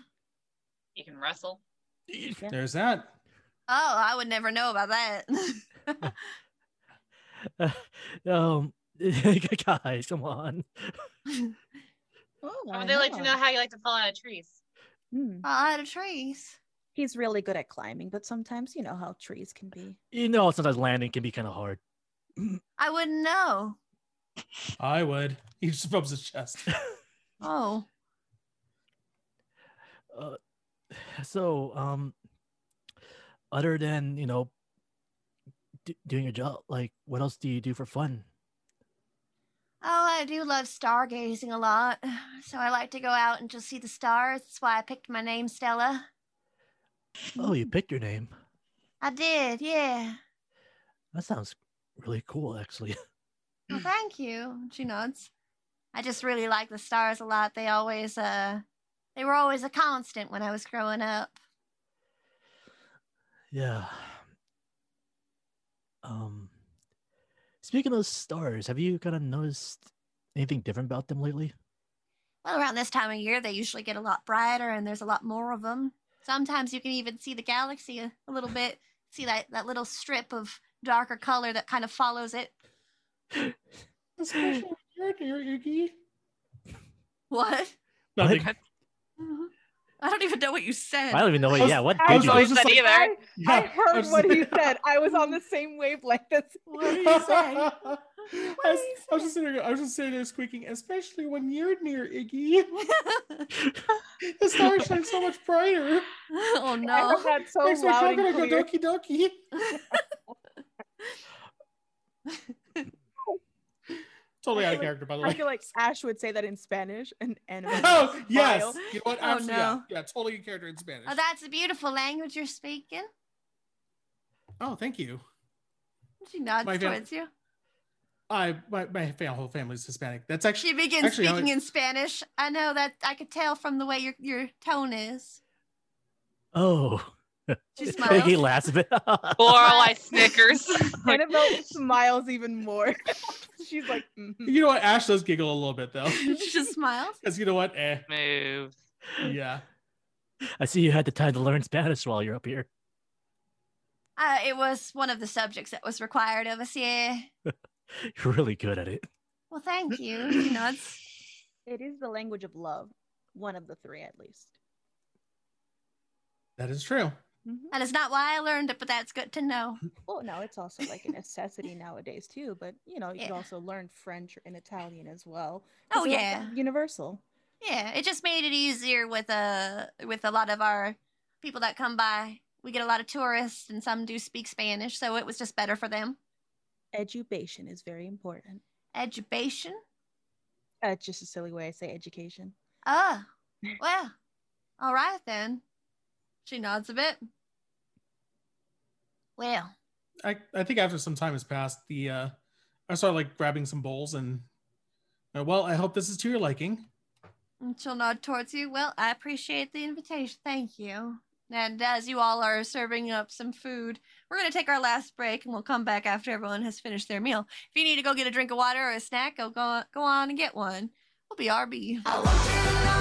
Speaker 6: You can wrestle.
Speaker 5: There's that.
Speaker 2: Oh, I would never know about that. Oh,
Speaker 1: um, guys, come on.
Speaker 4: Oh,
Speaker 6: I
Speaker 4: I
Speaker 6: would they like to know how you like to fall out of trees?
Speaker 4: Mm.
Speaker 2: Out of trees.
Speaker 4: He's really good at climbing, but sometimes you know how trees can be.
Speaker 1: You know, sometimes landing can be kind of hard.
Speaker 2: I wouldn't know.
Speaker 5: I would. He just rubs his chest.
Speaker 2: Oh,
Speaker 1: Uh, so, um, other than you know, d- doing your job, like what else do you do for fun?
Speaker 2: oh, I do love stargazing a lot, so I like to go out and just see the stars. That's why I picked my name Stella.
Speaker 1: Oh, you picked your name.
Speaker 2: I did, yeah.
Speaker 1: That sounds really cool, actually.
Speaker 2: Well, thank you. She nods. I just really like the stars a lot. They always, uh, they were always a constant when I was growing up.
Speaker 1: yeah. Um, speaking of stars, have you kind of noticed anything different about them lately?
Speaker 2: Well, around this time of year, they usually get a lot brighter and there's a lot more of them. Sometimes you can even see the galaxy a, a little bit, see that, that little strip of darker color that kind of follows it.
Speaker 5: Especially weird, you're Iggy.
Speaker 2: What?
Speaker 5: Nothing.
Speaker 1: What?
Speaker 2: I don't even know what you said.
Speaker 1: I don't even know. What,
Speaker 5: was-
Speaker 1: yeah, what
Speaker 5: I
Speaker 1: did
Speaker 5: was
Speaker 1: you?
Speaker 5: always just
Speaker 6: Said
Speaker 5: like,
Speaker 6: either.
Speaker 5: Yeah, I was just like-
Speaker 4: said. I was on the same wavelength as
Speaker 2: What did you say?
Speaker 5: I was, I was just sitting there, I was just sitting there squeaking, especially when you're near Iggy. The stars shine so much brighter.
Speaker 3: oh
Speaker 4: I
Speaker 3: no.
Speaker 4: heard that so
Speaker 5: Makes me
Speaker 4: loud
Speaker 5: gonna
Speaker 4: and
Speaker 5: go
Speaker 4: clear.
Speaker 5: doki doki. totally out of character, by the
Speaker 4: I
Speaker 5: way.
Speaker 4: feel like Ash would say that in Spanish and anime.
Speaker 5: Oh yes,
Speaker 4: Smile.
Speaker 5: you know what?
Speaker 3: Oh,
Speaker 5: Absolutely, yeah.
Speaker 3: no.
Speaker 5: yeah, totally in character in Spanish.
Speaker 3: Oh, that's a beautiful language you're speaking.
Speaker 5: oh, thank you.
Speaker 3: She nods
Speaker 5: My fam-
Speaker 3: towards you.
Speaker 5: I my my fam- whole family's Hispanic. That's actually
Speaker 3: She begins
Speaker 5: actually, I-
Speaker 3: speaking in Spanish. I know that I could tell from the way your your tone is.
Speaker 7: Oh.
Speaker 3: She
Speaker 7: And
Speaker 3: smiles.
Speaker 7: he laughs a bit.
Speaker 6: I snickers. Like,
Speaker 4: Annabelle smiles even more. She's like, mhm.
Speaker 5: you know what? Ash does giggle a little bit though,
Speaker 3: she just smiles.
Speaker 5: because you know what? Eh,
Speaker 6: move.
Speaker 5: yeah.
Speaker 7: I see you had the time to learn Spanish while you're up here.
Speaker 3: Uh, it was one of the subjects that was required of us. Yeah.
Speaker 7: You're really good at it.
Speaker 3: Well, thank you. She nods.
Speaker 4: it is the language of love. One of the three, at least.
Speaker 5: That is true.
Speaker 4: Mhm.
Speaker 3: That is not why I learned it, but that's good to know.
Speaker 4: Well, no, it's also like a necessity nowadays too. But you know, you could
Speaker 3: Yeah.
Speaker 4: also learn French and Italian as well.
Speaker 3: Oh,
Speaker 4: 'cause they're, like,
Speaker 3: yeah.
Speaker 4: universal.
Speaker 3: Yeah, it just made it easier with a with a lot of our people that come by. We get a lot of tourists, and some do speak Spanish, so it was just better for them.
Speaker 4: Education is very important.
Speaker 3: Education.
Speaker 4: Uh, it's just a silly way I say education.
Speaker 3: Ah, well, all right then. She nods a bit. Well,
Speaker 5: I, I think after some time has passed, the uh, I started like grabbing some bowls and uh, well, I hope this is to your liking.
Speaker 3: and she'll nod towards you. Well, I appreciate the invitation. Thank you. And as you all are serving up some food, we're going to take our last break and we'll come back after everyone has finished their meal. If you need to go get a drink of water or a snack, go, go, go on and get one. We'll be RB.
Speaker 2: I want you to know Ah,